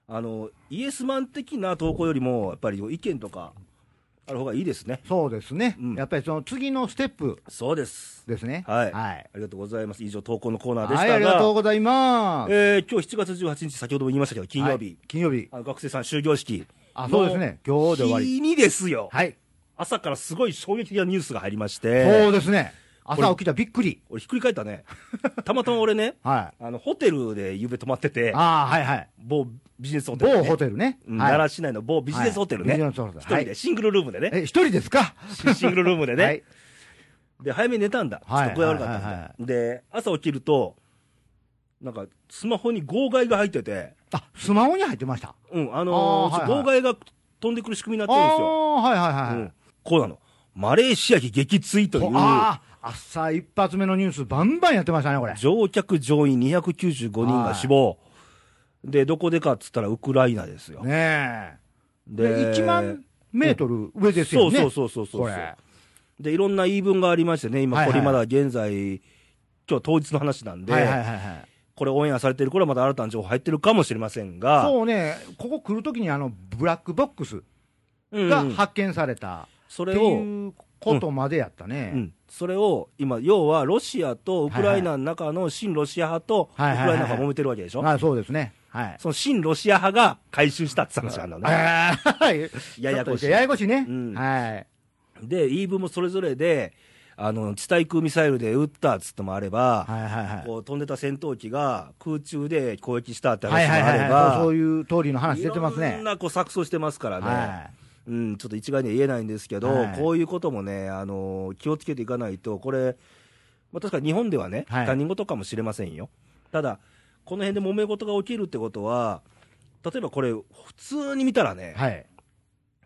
A: あのイエスマン的な投稿よりも、やっぱり意見とかある方がいいですね。
B: そうですね、
A: うん
B: やっぱりその次のステップ
A: そうです。
B: ですね。
A: はい、
B: はい。
A: ありがとうございます。以上、投稿のコーナーでし
B: は
A: た
B: い、
A: が、
B: ありがとうございます。
A: えー今日7月18日、先ほども言いましたけど、金曜日、
B: はい金曜日。
A: あの学生さん終業式、
B: あ、そうですね。今日で終わり。
A: 日にですよ、
B: はい。
A: 朝からすごい衝撃的なニュースが入りまし
B: そう
A: て、
B: ですね。
A: れ
B: 朝起きたらびっくり。
A: 俺、ひっくり返った ね、たまたま俺ね、
B: は
A: あのホテルで夕べ泊まって
B: い。
A: て、
B: ああ、はいはい。
A: 某ビジネスホテル、ね、
B: 某ホテルね。
A: うん
B: はい
A: 奈良市内の某ビジネスホテルね、
B: は
A: 一、
B: いビジネスホテル
A: 人
B: は
A: で、シングルルームでね、
B: え、一人ですか
A: シシングルルームでね、
B: はい
A: で早めに寝たんだ、
B: はい
A: ちょっと具合悪かったんで、
B: はいはいは
A: で、朝起きると、なんかスマホに号外が入ってて、
B: あ、スマホに入ってました。
A: うん、あのー
B: あーはいは
A: 号
B: い
A: 外が飛んでくる仕組みにな
B: あ
A: ってるんですよ、
B: あ、はいはいはい。
A: うんこうなの、マレーシア機撃墜とい
B: こ
A: う、
B: ああ、朝一発目のニュース、バンバンやってましたね、これ。
A: 乗客・乗員295人が死亡、でどこでかっつったらウクライナですよ。
B: ねえ。で、1万メートル上です
A: そ
B: よ
A: う
B: ね。
A: そうそうそうそう
B: こ
A: そう
B: れ。
A: でいろんな言い分がありましてね、今、
B: はい
A: こ
B: はい
A: れまだ現在、今日当日の話なんで、
B: はいはいはいはい。
A: これ、オンエアされてる頃はまだ新たな情報入ってるかもしれませんが、
B: そうね、ここ来るときにあの、ブラックボックス
A: うんうん
B: が発見された
A: そ
B: って
A: れを、
B: いうことまでやった
A: う
B: ね。
A: んそれを今、要はロシアとウクライナの中の親ロシア派とウク
B: はい
A: ライ
B: はい
A: ナ
B: はいはい
A: 派が揉めてるわけでしょ、
B: あそうですね。はい。
A: その親ロシア派が回収したって話なんだよね。
B: あーはい
A: ややこしい
B: ちょっとややこしいね
A: う。ん
B: はい。
A: で、言い分もそれぞれで、あの地対空ミサイルで撃ったっつってもあれば、
B: はいはいはい。
A: こう飛んでた戦闘機が空中で攻撃したって
B: はい
A: 話も
B: は
A: あ
B: い
A: れ
B: はい。そう
A: ば
B: そう、いう通りの話出てます
A: いろ
B: ね
A: ん。なこう錯綜してますからね、
B: は
A: うん、ちょっと一概には言えないんですけど、
B: はい
A: こういうこともね、あの気をつけていかないと、これ、まあ、確かに日本ではね、
B: はい
A: 他人事かもしれませんよ、ただ、この辺で揉め事が起きるってことは、例えばこれ、普通に見たらね、
B: はい。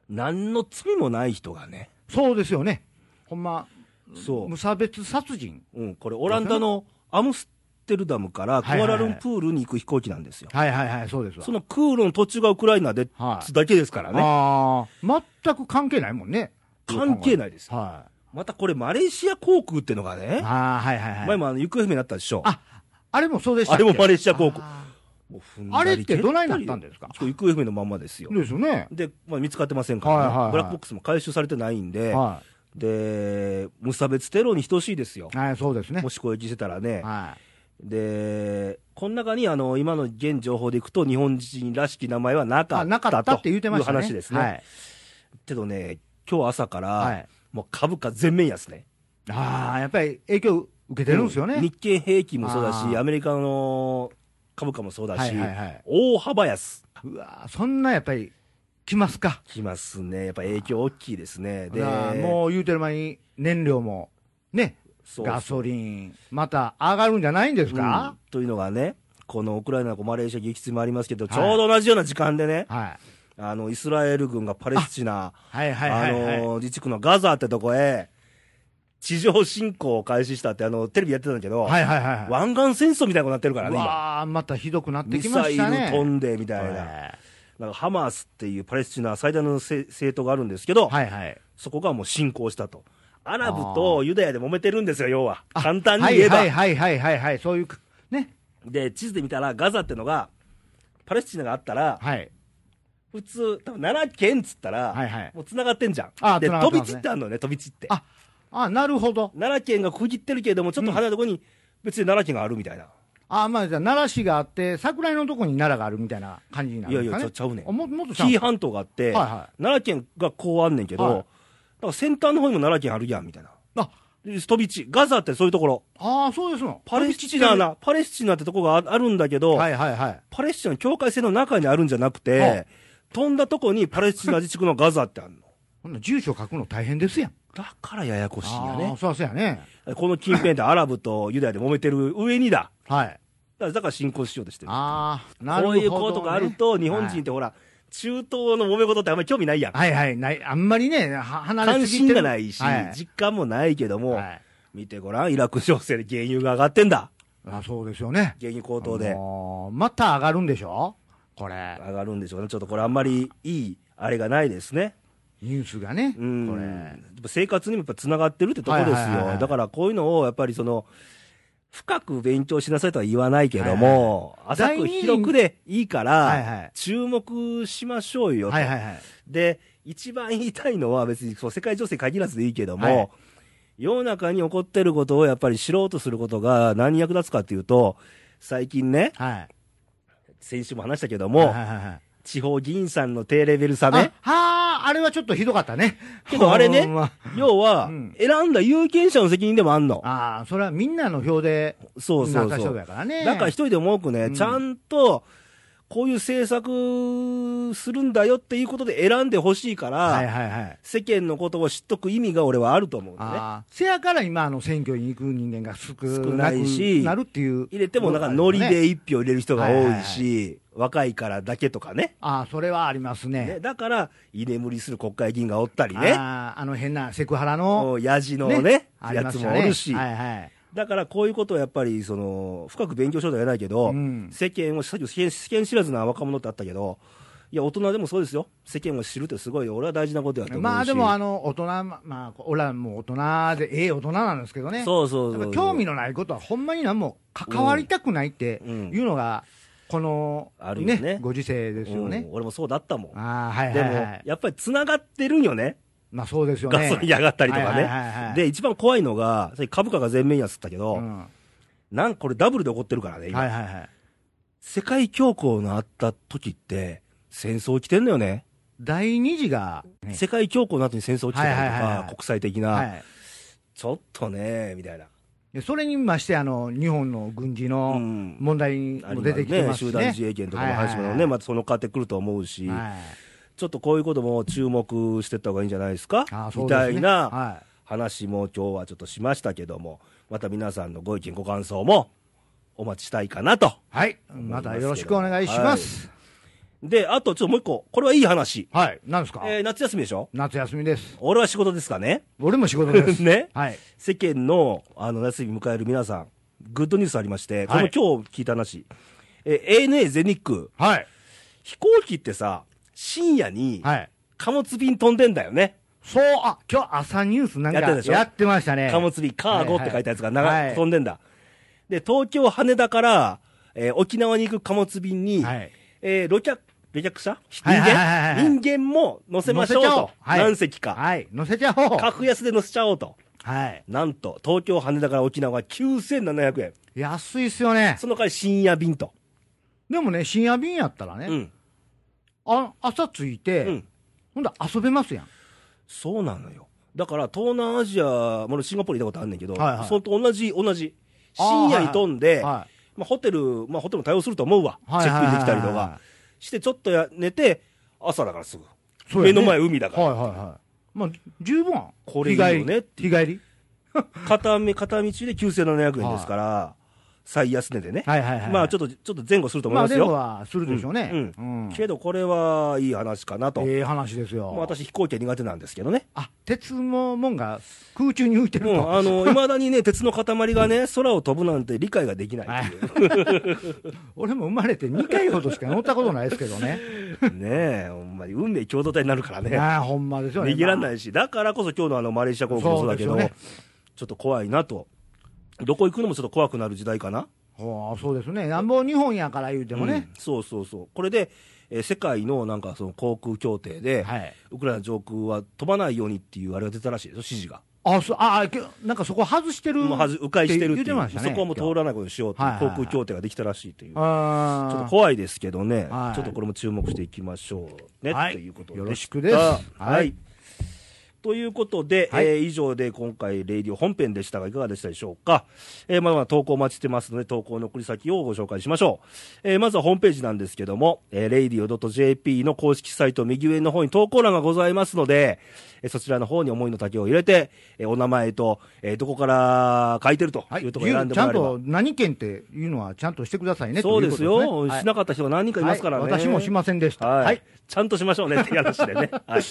A: 何の罪もない人がね、
B: そうですよね。ほんま、
A: そ
B: 無差別殺人。
A: う、うん、これ、オランダのアムステルダムからクアラルンプールに行く飛行機なんですよ、
B: はいはいはい、そうですわ。
A: その空路の途中がウクライナで
B: はい
A: だけですからね、
B: ああ、全く関係ないもんね。
A: 関係ないです、
B: は
A: またこれ、マレーシア航空ってのが
B: い。
A: ね、
B: ああ、はいはいはい。
A: 前もあの行方不明になったでしょ。
B: あ、あれもそうでした
A: あ
B: っけ
A: れもマレーシア航空。
B: あ
A: もう踏ん
B: ーあ
A: だり
B: れって
A: 蹴
B: どない
A: た
B: な
A: り
B: ったんですか
A: ちょっと行方不明のまんまですよ。
B: ですよね。
A: で、まあ、見つかってませんから、ね
B: はいはいはい
A: ブラックボックスも回収されてないんで、
B: は
A: で、無差別テロに等しいですよ
B: い。。はい、そうですね
A: も。し攻撃してたらね。
B: は
A: で、この中に、あの、今の現情報でいくと、日本人らしき名前はなかっ
B: い。
A: た
B: あ、なかったって言ってましたね。
A: という話ですね。
B: はい。
A: けどね、今日朝から、
B: はい
A: もう株価全面安ね。
B: ああ、やっぱり影響受けてるんですよね。
A: うん日経平均もそうだ
B: あ
A: し、
B: ー
A: アメリカの株価もそうだし、
B: はいはいはい
A: 大幅安。
B: うわーそんなやっぱり来ますか。
A: きますね、やっぱ影響大きいですね、で
B: だからもう言うてる間に燃料も、ね、
A: そう
B: ガソリン、また上がるんじゃないんです
A: うん
B: か、
A: というのがね、このウクライナのマレーシア撃墜もありますけど、
B: はい
A: ちょうど同じような時間でね、
B: はい。
A: あのイスラエル軍がパレスチナ、
B: はいはいは
A: あ
B: い、はい。
A: の自治区のガザってとこへ、地上侵攻を開始したって、あのテレビやってたんだけど、
B: はいはいはいはい。
A: 湾岸戦争みたいなことになってるから
B: う
A: ね、今。
B: わーまたひどくなって
A: ミ
B: きま
A: サイ
B: し
A: ル
B: たね。
A: 飛んでみたいな、なんかハマスっていうパレスチナ最大のせ政党があるんですけど、
B: はいはい。
A: そこがもう侵攻したと、アラブとユダヤで揉めてるんですよ、要は、簡単に
B: は
A: 言
B: い
A: えば、
B: はいはいはいはいはい。そういうか、ね。
A: で、地図で見たら、ガザってのが、パレスチナがあったら、
B: はい。
A: 普通、多分7県っつったら、
B: はいはい
A: もう繋がってんじゃん。
B: あ
A: で、
B: 繋がっ
A: 飛
B: て
A: び
B: ます
A: 散
B: ね
A: ってあるのね、飛び散って。
B: あ、あ、なるほど。
A: 奈良県が区切ってるけれども、ちょっと離れたとこに、別に奈良県があるみたいな。
B: あ、まあじゃあ奈良市があって、桜井のとこに奈良があるみたいな感じにないる
A: や
B: ん
A: い
B: です
A: や、ち
B: かね。
A: ゃちゃうねん
B: あ。ももっとちゃう
A: 紀伊半島があって、
B: はいは
A: 奈良県がこうあんねんけど、
B: はい
A: だから先端の方にも奈良県あるやん、みたいな。
B: あ、
A: で飛び地、ガザってそういうところ。
B: あーそうですの。
A: パレスチナ
B: な。
A: な、パレスチナってとこがああるんだけど、
B: はいはいはい。
A: パレスチナの境界線の中にあるんじゃなくて、
B: はい
A: 飛んだとこにパレスチナ自治区のガザってあるの。
B: ほんなら住所書くの大変ですやん。
A: だからややこしいよ
B: あ
A: ね
B: ー。そうそうやね。
A: この近辺でアラブとユダヤで揉めてる上にだ。
B: はい。
A: だからだから侵攻しようとしてる。
B: ああ、なる
A: こ
B: ほ
A: う
B: ど、ね。
A: いうことがあると、日本人ってほら、中東の揉め事ってあんまり興味ないやん。
B: はい、はい、はいない。あんまりね、は離れ
A: 関
B: すぎ
A: 心
B: てる
A: がないし、
B: はい
A: 実感もないけども、
B: はい
A: 見てごらん、イラク情勢で原油が上がってんだ。
B: あそうですよね。
A: 原油高騰で。
B: もうまた上がるんでしょこれ、
A: 上がるんでしょうね。ちょっとこれあんまりいい、あれがないですね。
B: ニュースがね、こ
A: うん
B: れ。
A: やっぱ生活にもやっぱつながってるってとこですよ、
B: はいはいはいはい
A: だからこういうのをやっぱりその深く勉強しなさいとは言わないけども、
B: はいはい
A: 浅く広くでいいから、
B: はいはい
A: 注目しましょうよと、
B: はいはいはい。
A: で一番言いたいのは、別にそう世界情勢限らずでいいけども、
B: はい
A: 世の中に起こってることをやっぱり知ろうとすることが何に役立つかっていうと、最近ね、
B: はい。
A: 先週も話したけども、
B: はいはいはい
A: 地方議員さんの低レベルさね。
B: あはあ、あれはちょっとひどかったね。
A: けどあれね
B: ほんま、
A: 要は
B: うん、
A: 選んだ有権者の責任でもあんの。
B: ああ、それはみんなの票で、
A: そうそう
B: なった
A: そ
B: 人
A: う。
B: だからね。
A: だから一人でも多くね、
B: うん
A: ちゃんと、こういう政策するんだよっていうことで選んでほしいから、
B: はいはいはい。
A: 世間のことを知っとく意味が俺はあると思うのね。
B: ああ、せやから今、あの、選挙に行く人間が少
A: 少
B: な
A: な
B: く
A: いし
B: なるっていう。
A: 入れてもなんかノリで一票入れる人が多い
B: は
A: し、若いからだけとかね。
B: ああ、それはあります
A: ね
B: ね。
A: だから、居眠りする国会議員がおったりね、
B: ああ、あの変なセクハラの、
A: もうヤジのね、
B: あり
A: や
B: ま
A: つ
B: した
A: もお
B: ね
A: るし。
B: はいはい。
A: だからこういうことをやっぱりその深く勉強しようとは言えないけど、
B: うん
A: 世間を、さっきの世間世間知らずな若者ってあったけど、いや、大人でもそうですよ、世間を知るってすごい、俺は大事なことやと思うし、
B: まあでも、あの、大人、まあ、俺らもう大人で、ええ大人なんですけどね。
A: そうそう
B: や
A: そ
B: っ
A: う
B: ぱ興味のないことは、ほんまに何も関わりたくないっていうのが、この、
A: あるよね
B: ご時世ですよ
A: う
B: ね
A: ん。俺もそうだったもん、
B: ああ、はいは
A: で
B: い
A: も、
B: はい。
A: やっぱりつながってるんよね、
B: まあそうですよね。
A: ガソリン上がったりとか
B: はいはいはいは
A: ね、
B: い
A: で一番怖いのが、さっき株価が全面安だったけど、
B: うんは
A: なんかこれ、ダブルで起こってるからね、
B: い
A: 今
B: はいはい。
A: 世界恐慌のあった時って、戦争起きてんのよね、
B: 第二次が、ね
A: 世界恐慌の後に戦争起きてたりとか、
B: はいはいはいはい
A: 国際的な、
B: はい
A: ちょっとね、みたいな。
B: で。それにまして、あの、日本の軍事の
A: うん
B: 問題も出てきてます
A: 集
B: しね。
A: 団自衛権とかの話もね、
B: はいはいはい
A: またその変わってくると思うし、
B: はい
A: ちょっとこういうことも注目してった方がいいんじゃないですか
B: あーそう
A: み
B: です
A: た
B: ね
A: いな
B: は
A: 話も今日はちょっとしましたけども、また皆さんのご意見、ご感想もお待ちしたいかなと。
B: い、はい、またよろしくお願いします。
A: で、あとちょっともう一個、これはいい話。
B: はい、なんですか、
A: えー夏休みでしょ
B: 夏休みです。
A: 俺は仕事ですかね
B: 俺も仕事で す。
A: ね
B: はい。
A: 世間のあの夏休み迎える皆さん、グッドニュースありまして、
B: はい
A: この今日聞いた話、えー ANA 全日空、
B: はい。
A: 飛行機ってさ、深夜に
B: はい。
A: 貨物便飛んでんだよね、
B: そう、あ、今日朝ニュースなんか
A: やってたでしょ
B: やってましたね。
A: 貨物便、カーゴって書いたやつが長、
B: はいはい
A: 飛んでんだ。で、東京・羽田から、えー沖縄に行く貨物便に、
B: はい
A: えー旅客、旅客車人
B: はいはいはいはいはい
A: 間人間も乗せましょう
B: 乗せちゃおう
A: と。
B: はい
A: 何席か。
B: はい。乗せちゃおう。
A: 格安で乗せちゃおうと。
B: はい。
A: なんと、東京・羽田から沖縄は9700円。
B: 安いっすよね。
A: その代わり深夜便と。
B: でもね、深夜便やったらね、
A: うん。
B: あ朝着いて、
A: うん
B: ほんで遊べますやん。
A: そうなのよ。だから、東南アジア、もシンガポール行ったことあんねんけど、
B: はいはい
A: それと同じ、同じ。
B: あー
A: 深夜に飛んで、
B: はいは
A: まあ、ホテル、まあ、ホテルも対応すると思うわ。チェ
B: はい
A: ッ
B: はい
A: クインで
B: はいはい
A: きたりとか。して、ちょっとや寝て、朝だからすぐ。
B: そうやね
A: 目の前海だから
B: はいはいはい。まあ、十分。
A: これいいよねってい
B: 日帰り。日
A: う
B: 帰り
A: 片目片道で9700円ですから、最安値でね。
B: はいはいはい。
A: まあ、ちょ
B: っ
A: っと、ちょっと前後すると
B: と
A: 思います
B: ま
A: よ。
B: あ、でもはするでしょうね。
A: うんうんけど、これはいい話かなと。
B: ええ話ですよ。
A: まあ、私、飛行機は苦手なんですけどね。
B: あ、鉄ももんが空中に浮いてる
A: う
B: と。
A: ん、あの、いまだにね、鉄の塊がね、空を飛ぶなんて理解ができない っていう。
B: 俺も生まれて2回ほどしか乗ったことないですけど ね。
A: ねえ、ほんまに運命共同体になるからね、
B: ああ、ほんまですよね。。
A: 逃げられないいし、だからこそ今日のあのマレーシア航空もそうだけど、
B: そうですよ
A: ちょっと怖いなと、どこ行くのもちょっと怖くなる時代かな、
B: ほうそうですね。なんぼ日本やから言うてもね
A: う。んそうそうそう、これで、えー世界のなんかその航空協定で、
B: はい。
A: ウクライナ上空は飛ばないようにっていうあれが出たらしいですよ、指示が、
B: あ、そう、ああ、けなんかそこ外してる。
A: もうはず迂回してるってい
B: 言
A: う
B: ってましたね。
A: そこはもう通らないことにしようっていう
B: はいはいはい
A: 航空協定ができたらしいという、
B: あ
A: ちょっ
B: ー
A: と怖いですけどね、
B: はい
A: ちょっとこれも注目していきましょうね、
B: はい
A: ということで
B: よろしくです
A: はい、
B: はい
A: ということで、
B: はい
A: えー以上で今回、レイディオ本編でしたが、いかがでしたでしょうか、えーまだまだ投稿お待ちしてますので、投稿の送り先をご紹介しましょう。えーまずはホームページなんですけども、えー、radio.jp の公式サイト右上の方に投稿欄がございますので、えーそちらの方に思いの丈を入れて、えーお名前と、えーどこから書いてると
B: はいいう
A: ところを選んで
B: ち
A: も
B: ゃ
A: らえ
B: ん
A: れば。
B: と何県っていうのはちゃんとしてくださいね
A: そうです
B: といこと
A: よ、
B: ね
A: しなかった人が何人かいますからね、
B: はい私もしませんでした。
A: はい
B: はい。
A: ちゃんとしましょうねっていう話 でね、はい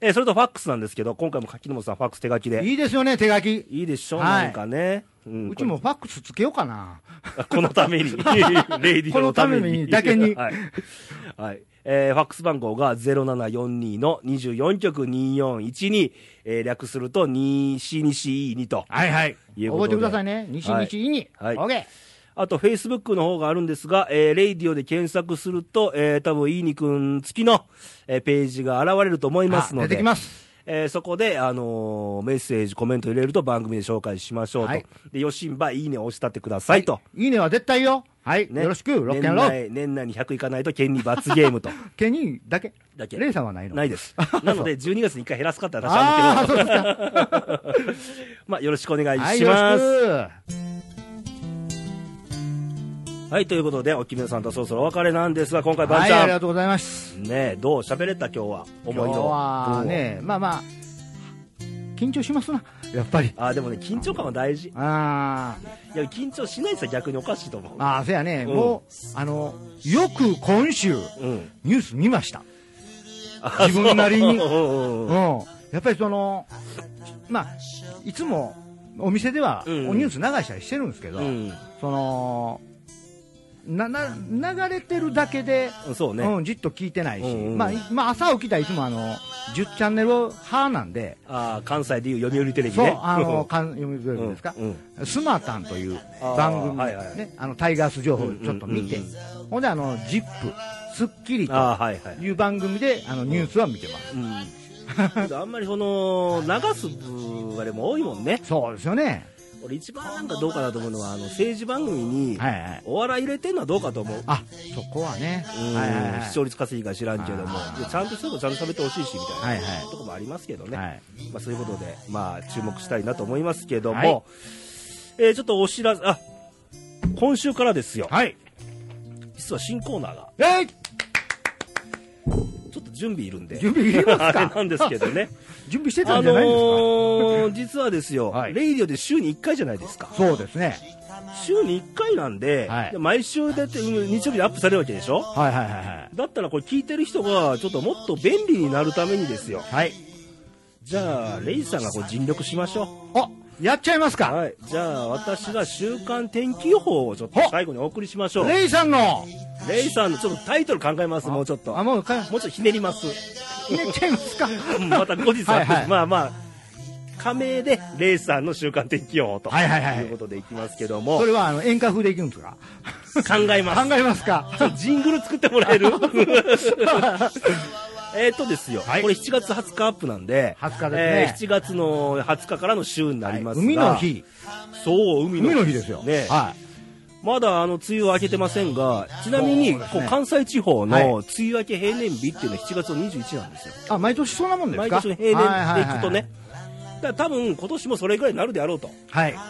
A: えーそれとファックスなんですけど、今回も柿本さん、ファックス手書きで、い
B: いいですよね、手書き。
A: いでしょ、
B: はい
A: なんかね、うん
B: うちもファックスつけようかな。
A: ここの ために、レイディオのために、
B: このためにだけに
A: はいはいえーファックス番号が0742の24局2412、えー略すると西西 E2 と。
B: はいはい。
A: いうこ
B: 覚
A: とで
B: えてくださいね。西日に。に
A: はいはい
B: OK。
A: あと、フェイスブックの方があるんですが、えーレイディオで検索すると、えー多分、いいにくん付きの、えーページが現れると思いますので、
B: あ出てきます。
A: えーそこで、あのーメッセージ、コメント入れると番組で紹介しましょうと。
B: はい
A: で、よしんば、いいねを押し立てくださいと。
B: いいねは絶対よ。はい。
A: ね
B: よろしく、ロッ
A: 年
B: ケンロール。
A: 内、年内に100いかないと、県に罰ゲームと。
B: ケニーだけ。
A: だけ
B: レイさんはないの
A: ない です。なので、12月に1回減らすかったら私ある
B: ああ、そうですか。
A: けど、 まあ、よろしくお願いしま
B: は
A: す。
B: い、よろし
A: は
B: く。
A: い、ということで、おきめさんとそろそろお別れなんですが、今回、ばん
B: は
A: ち
B: い、
A: ゃ
B: あ
A: ん。
B: りがとうございます。
A: ねえ、どう喋れた今日は、思い
B: 今
A: の。
B: 日は
A: 分を
B: ね、まあまあ、緊張しますな、やっぱり。
A: あーでもね、緊張感は大事。
B: あ
A: いや、緊張しないさ逆におかしいと思
B: ー
A: う。
B: あー、せやね、
A: うん
B: もう、あの、よく今週、
A: うん。
B: ニュース見ました。 自分なり に
A: そう
B: うん
A: うん。うん。
B: やっぱりその、まあ、いつもお店では、
A: うん
B: おニュース流したりしてるんですけど、その、な、な、流れてるだけで、
A: うんそうね。
B: うん、じっと聞いてないし、
A: うんうん
B: まあ、いまあ、朝起きたらいつもあの、10チャンネル派なんで、
A: あー関西でいう読売テレビ
B: そう、
A: ね。
B: あの、かん読み取
A: う
B: れる
A: ん
B: ですか、
A: うん
B: スマタンという
A: あー
B: 番組、
A: はいはい
B: ね、あの、タイガース情報をちょっと見て、
A: うんうんうん
B: ほんで、あの、ジップ、スッキリ
A: あ
B: と
A: ーはいはい。
B: いう番組で、あの、ニュースは見てます。
A: うん。けどあんまりその、流す部あれも多いもんね。
B: そうですよね。
A: 俺一番なんかどうかなと思うのは、あの、政治番組に、
B: はいはい。
A: お笑い入れてんのはどうかと思う。
B: あ、そこはね。
A: うん
B: はいはいはい。
A: 視聴率稼ぎか知らんけども
B: あ、ー
A: でちゃんとしたことちゃんと喋ってほしいし、みたいな、
B: はいはい
A: とこもありますけどね。
B: はい
A: まあ、そういうことで、まあ、注目したいなと思いますけども、
B: はい
A: えーちょっとお知らせ、あ、今週からですよ、
B: はい。
A: 実は新コーナーが、
B: えい
A: ちょっと準備いるんで。
B: 準備いりますか
A: あれなんですけどね。
B: 準備してた
A: あ
B: ん じゃ
A: の
B: ないんですか、
A: ー、実はですよ、
B: はい
A: レイディオで週に1回じゃないですか。
B: そうですね。
A: 週に1回なんで、
B: はい
A: で毎週だって、うん日曜日にアップされるわけでしょ
B: はいはいはいはい。
A: だったらこれ聞いてる人が、ちょっともっと便利になるためにですよ。
B: はい。
A: じゃあ、レイさんがこう尽力しましょ
B: あ、やっちゃいます
A: う。
B: か。
A: はい。じゃあ、私が週間天気予報をちょっと
B: ほっ
A: 最後にお送りしましょう。
B: レイさんの。
A: レイさんのちょっとタイトル考えます、もうちょっと。
B: あ、
A: も
B: もうか、
A: うちょっとひねります。
B: ひねっちゃいますか。
A: うん また後日あって、
B: はいはい
A: まあまあ、仮名でレイさんの週間天気予報と、
B: はいはいはい
A: いうことでいきますけども、
B: そ
A: 考
B: れはあの演歌風でいくんですか。
A: えます。
B: 考えますか。
A: ちょっとジングル作ってもらえ るえっとですよ、
B: はい
A: これ7月20日アップなんで、
B: 20日ですね
A: えー7月の20日からの週になりますが、
B: 海の。日。
A: そう、海の日。
B: 海の日ですよ。
A: ね、
B: はい。
A: まだあの梅雨は明けてませんが、ちなみに
B: そうです
A: こ
B: ね
A: う関西地方
B: はい
A: の梅雨明け平年日っていうのは7月の21なんですよ。
B: あ、毎年そんなもんです
A: 毎
B: か。
A: 年の平年
B: は
A: で
B: い
A: いくとね。。だから多分今年もそれぐらいになるであろうと。
B: はいは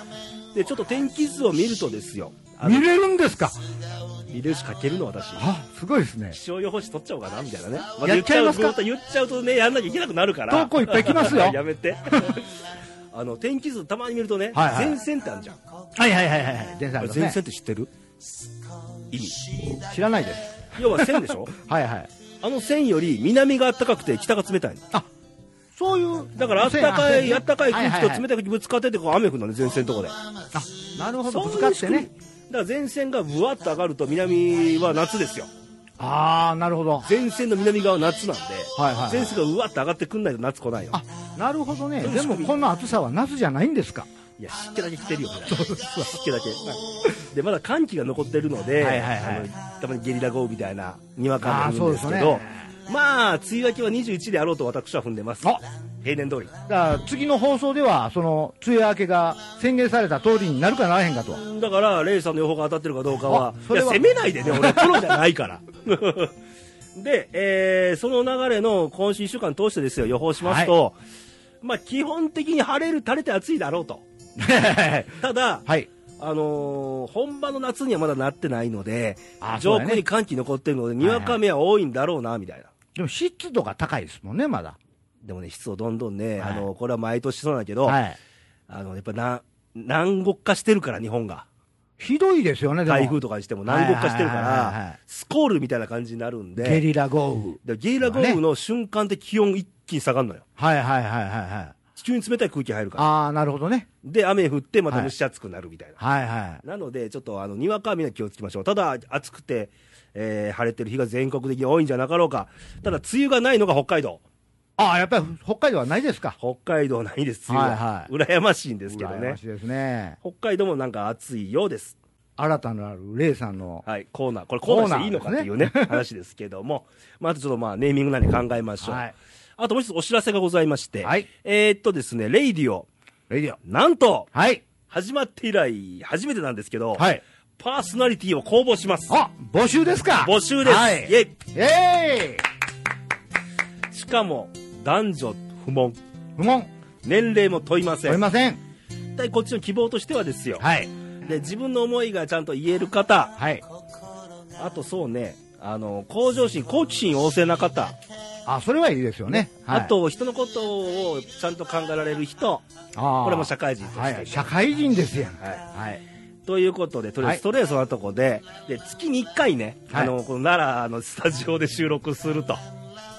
B: い
A: で、ちょっと天気図を見るとですよ。
B: は
A: あ
B: い。
A: の
B: 見れるんですか。
A: 見れるしかけるの私。
B: あ、すごいですね。
A: 気象予報士取っちゃおうかなみたいなね。あ
B: やっちゃいます
A: 言
B: か
A: っちゃう言っちゃうとね、やんなきゃいけなくなるから。
B: 投稿いっぱい来ますよ
A: やめて。 あの、天気図たまに見るとね、
B: はいはい
A: 前線ってあるじゃん。
B: はいはいはいはいはい。前線あります
A: 前
B: ね
A: 線って知ってる意味。
B: 知らないです。
A: 要は線でし ょ
B: はいはい。
A: あの線より南が暖かくて北が冷たいの。
B: そういう。
A: だから暖かい、
B: 線
A: 暖かい空気と
B: は
A: 冷
B: は
A: たい空気ぶつかってて、こう雨降るのね、前線のとこで。
B: あ、なるほど。ぶ
A: そうい
B: つ
A: う
B: かってね
A: 仕。組み。だから前線がぶわっと上がると南は夏ですよ。
B: ああ、なるほど。
A: 前線の南側は夏なんで、
B: はいはいはい
A: 前線がうわっと上がってくんないと夏来ないよ。
B: あ、なるほどね。
A: そういう
B: で
A: 仕組
B: も
A: み
B: この暑さは夏じゃないんですか。
A: いや、湿気だけ来てる よ、ね、湿気だけ。で、まだ寒気が残ってるので、
B: はいはいはい
A: あのたまにゲリラ豪雨みたいな、にわか
B: あー
A: 雨が降るんですけ
B: そう
A: ど、
B: ですね
A: まあ、梅雨明けは21であろうと私は踏んでます
B: あ。
A: 平年通り。
B: だから次の放送では、その梅雨明けが宣言された通りになるかならへんかと。
A: だから、レイさんの予報が当たってるかどうかは
B: あ、それはい
A: や、攻めないでね、俺、プロじゃないから。 で、えーその流れの今週1週間通してですよ、予報しますと、まあ、基本的に晴れる、晴れて暑いだろうと。ただ、
B: はい。
A: あのー本場の夏にはまだなってないので、
B: あそう
A: 上
B: だね
A: 空に寒気残ってるので、にわか雨は多いんだろうな、みたいな。
B: でも湿度が高いですもんね、まだ。
A: でもね、湿度どんどんね、
B: はい
A: あのこれは毎年そうなんだけど、
B: はい。
A: あの、やっぱな、南国化してるから、日本が。
B: ひどいですよね、でも。
A: 台風とかにしても南国化してるか
B: はいはいはいはいは
A: ら
B: い、
A: スコールみたいな感じになるん
B: ゲ
A: で、
B: リラ豪雨。
A: でゲリラ豪雨の瞬間で気温一気に下がるのよ。
B: はいはいはいはいはい。
A: 地球に冷たい空気入るから。
B: ああ、なるほどね。
A: で、雨降ってまた蒸し暑くなるみたいな。
B: はいは
A: なので、ちょっとあのにわか雨には気をつけましょう、ただ暑くて、えー晴れてる日が全国的に多いんじゃなかろうか、ただ梅雨がないのが北海道、
B: い。ああ、やっぱり北海道はないですか。
A: 北海道ないです、梅雨は、
B: はい
A: 羨ましいんですけど
B: 羨
A: ね
B: まし、いですね。
A: 北海道もなんか暑いようです、
B: 新たなるレイさんの。
A: はい、コーナー、これ、コーナーしていいのかっていうね、話ですけども、まあ、あとちょっとまあネーミングなんで考えましょう、
B: はい
A: あともう一つお知らせがございまして、
B: はい
A: えーっとですね、レイディオ、
B: レディオ。
A: なんと、
B: はい。
A: 始まって以来、初めてなんですけど、
B: はい。
A: パーソナリティを公募します。
B: あ、募集ですか
A: 募集です、
B: は
A: イ
B: い。
A: ェイ
B: イェイ
A: しかも男女不問
B: 不問、
A: 年齢も問いませ
B: おり
A: ん
B: ません。
A: 絶対こっちの希望としてはですよ、
B: はい。
A: で自分の思いがちゃんと言える方
B: はい。
A: あとそうねあの向上心好奇心旺盛な方、
B: あ、それはいいですよね。はい
A: あ、と人のことをちゃんと考えられる人
B: あー
A: これも社会人として、
B: はい、社会人ですやん。
A: はい
B: はい。
A: ということで、とりあえ
B: はい
A: ずとりあえずそんなとこで、で月に1回ね、
B: はい
A: あのこの奈良のスタジオで収録すると、
B: あ、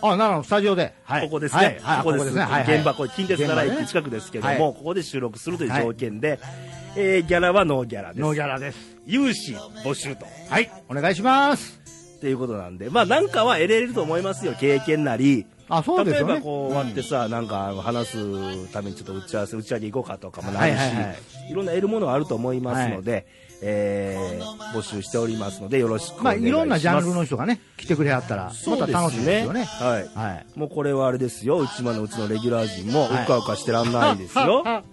B: 奈良のスタジオで。はい。
A: ここです
B: はい
A: ね、
B: はい、
A: ここですね、
B: はい
A: 現場、これ、近鉄奈良駅近くですけども、
B: はい
A: ここで収録するという条件で、えーギャラはノーギャラです。
B: ノーギャラです。
A: 有志募集と。
B: はい。お願いします。
A: っていうことなんで、まあなんかは得られると思いますよ、経験なり。
B: あ、そうです
A: 例え
B: よね。
A: ばこう終わってさ、なんかあの話すためにちょっと打ち合わせ、打ち上げ行こうかとかもなるし、
B: はい
A: い
B: はいはい
A: ろんな得るものはあると思いますので、えー募集しておりますのでよろしくお
B: まあ、
A: 願いします。
B: いろんなジャンルの人がね、来てくれはったら、
A: そ
B: ま
A: う
B: た
A: ですね
B: 楽しいですよね。
A: はい。
B: はい。
A: もうこれはあれですよ、うちまのうちのレギュラー陣もう
B: はい
A: かうかしてらんないですよ、
B: はは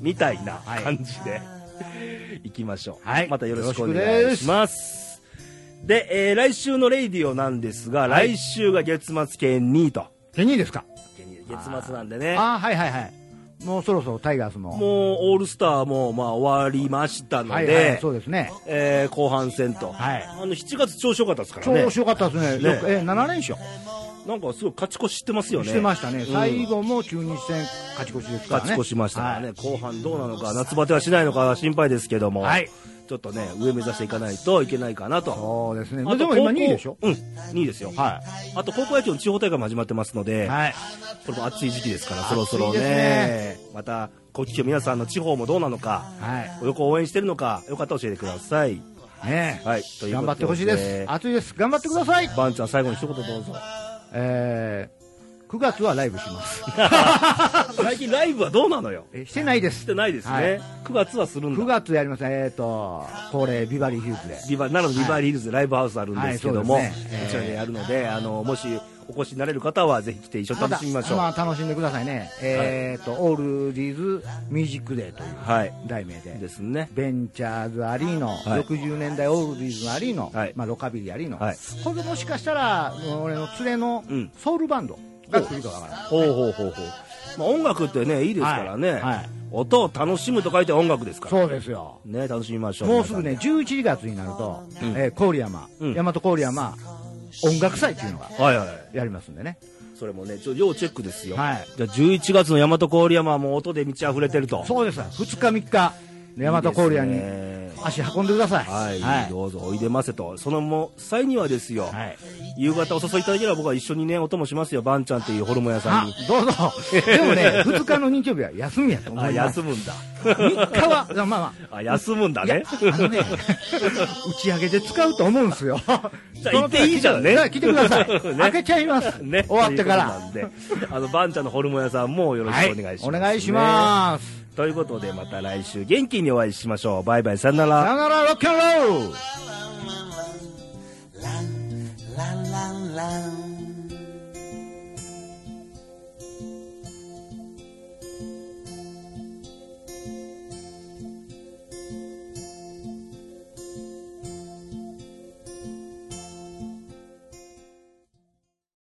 A: みたいな感じで、行きましょう。
B: はい
A: またよろしくお
B: よろしく
A: 願
B: で
A: い
B: す
A: します。で、えー来週のレイディオなんですが、来週が月末系2位と。
B: ケニーですか
A: 月末なんでね。
B: あー、はいはいはい。もうそろそろタイガースも。
A: もう、オールスターも、まあ、終わりましたの
B: はい
A: で、
B: はい、そうですね。
A: えー後半戦と。
B: はい
A: あの、7月調子良かったですからね
B: 調。子良かったですね。
A: ね
B: よくえー、7連勝。
A: なんかすごい勝ち越ししてますよね。
B: してましたね、
A: うん
B: 最後も中日戦、勝ち越しですからね、
A: 勝ち越しましたからね、
B: はい
A: 後半どうなのか、夏バテはしないのか心配ですけども、
B: はい
A: ちょっとね、上目指していかないといけないかなと。
B: そうですね、
A: あと
B: でも
A: 高校
B: 今、2位でしょ、
A: うん、2位ですよ。
B: は
A: あと高校野球の地方大会も始まってますので、
B: い、はい、
A: これも暑い時期ですから、そろそろ
B: 暑いです
A: ね
B: ね、
A: また、こっちの皆さんの地方もどうなのか、
B: は
A: よく応援してるのか、よかったら教えてください。
B: い、ねえ、
A: はい、ということで
B: 頑張ってほしいです、暑いです、頑張ってください、
A: バンちゃん、最後に一言どうぞ。
B: えー、9月はライブします、
A: 最近ライブはどうなのよ
B: えしてないで
A: し
B: す
A: て、ないですね、
B: はい
A: 9月はするんだ
B: 9月やりますね、えーと、恒例、ビバリーヒルズで、
A: リバ奈良のリバーリールズでライブハウスあるんですけども、
B: はいそうですね
A: こちらでやるので、あのもしお越しになれる方はぜひ来て一緒に楽しみましょう、
B: まあ、楽しんでくださいね、えーと、オールディーズミュージックデーという
A: はい
B: 題名で。
A: ですね
B: ベンチャーズありの、
A: はい
B: 60年代オールディーズのありの、
A: はい
B: まあ、ロカビリーありの、
A: はい
B: これもしかしたら俺の連れの
A: うん
B: ソウルバンドが来るかわからない、
A: ほうほうほうほう、まあ、音楽ってねいいですからね、
B: はいはい
A: 音を楽しむと書いて音楽ですから
B: そうですよ
A: ね楽しみましょう
B: もうすぐね
A: 皆
B: 11月になると、えー郡山、
A: うん
B: 大和郡山音楽祭っていうのが
A: さんではいはいはい
B: やりますんでね
A: それもねちょ要チェックですよ、
B: はい
A: じゃあ11月の大和郡山はもう音で満ち溢れてると
B: そうです2日3日大和郡山
A: いい
B: に
A: ですね
B: 足運んでください
A: はい、
B: はい
A: どうぞおいでませとそのも際にはですよ、
B: はい
A: 夕方お誘いいただければ僕は一緒にねお供しますよバンちゃんっていうホルモン屋さん
B: あ
A: に
B: ど うぞでもね2日の日曜日は休みやと思
A: あ
B: います
A: 休むんだ
B: 3日はまあまあ
A: あ休むんだ
B: いや
A: ね
B: あ のね、打ち上げで使うと思うんですよ。
A: じゃあ行っていいじゃんね
B: その時は来てくださ
A: ね
B: い。開けちゃいます。
A: ね
B: 終わってから。
A: ということなんであのバンちゃんのホルモン屋さんもよろしくお願いします、
B: お願いします。
A: すということでまた来週元気にお会いしましょうバイバイさよなら
B: さよなら、ロックンロール
C: la la la la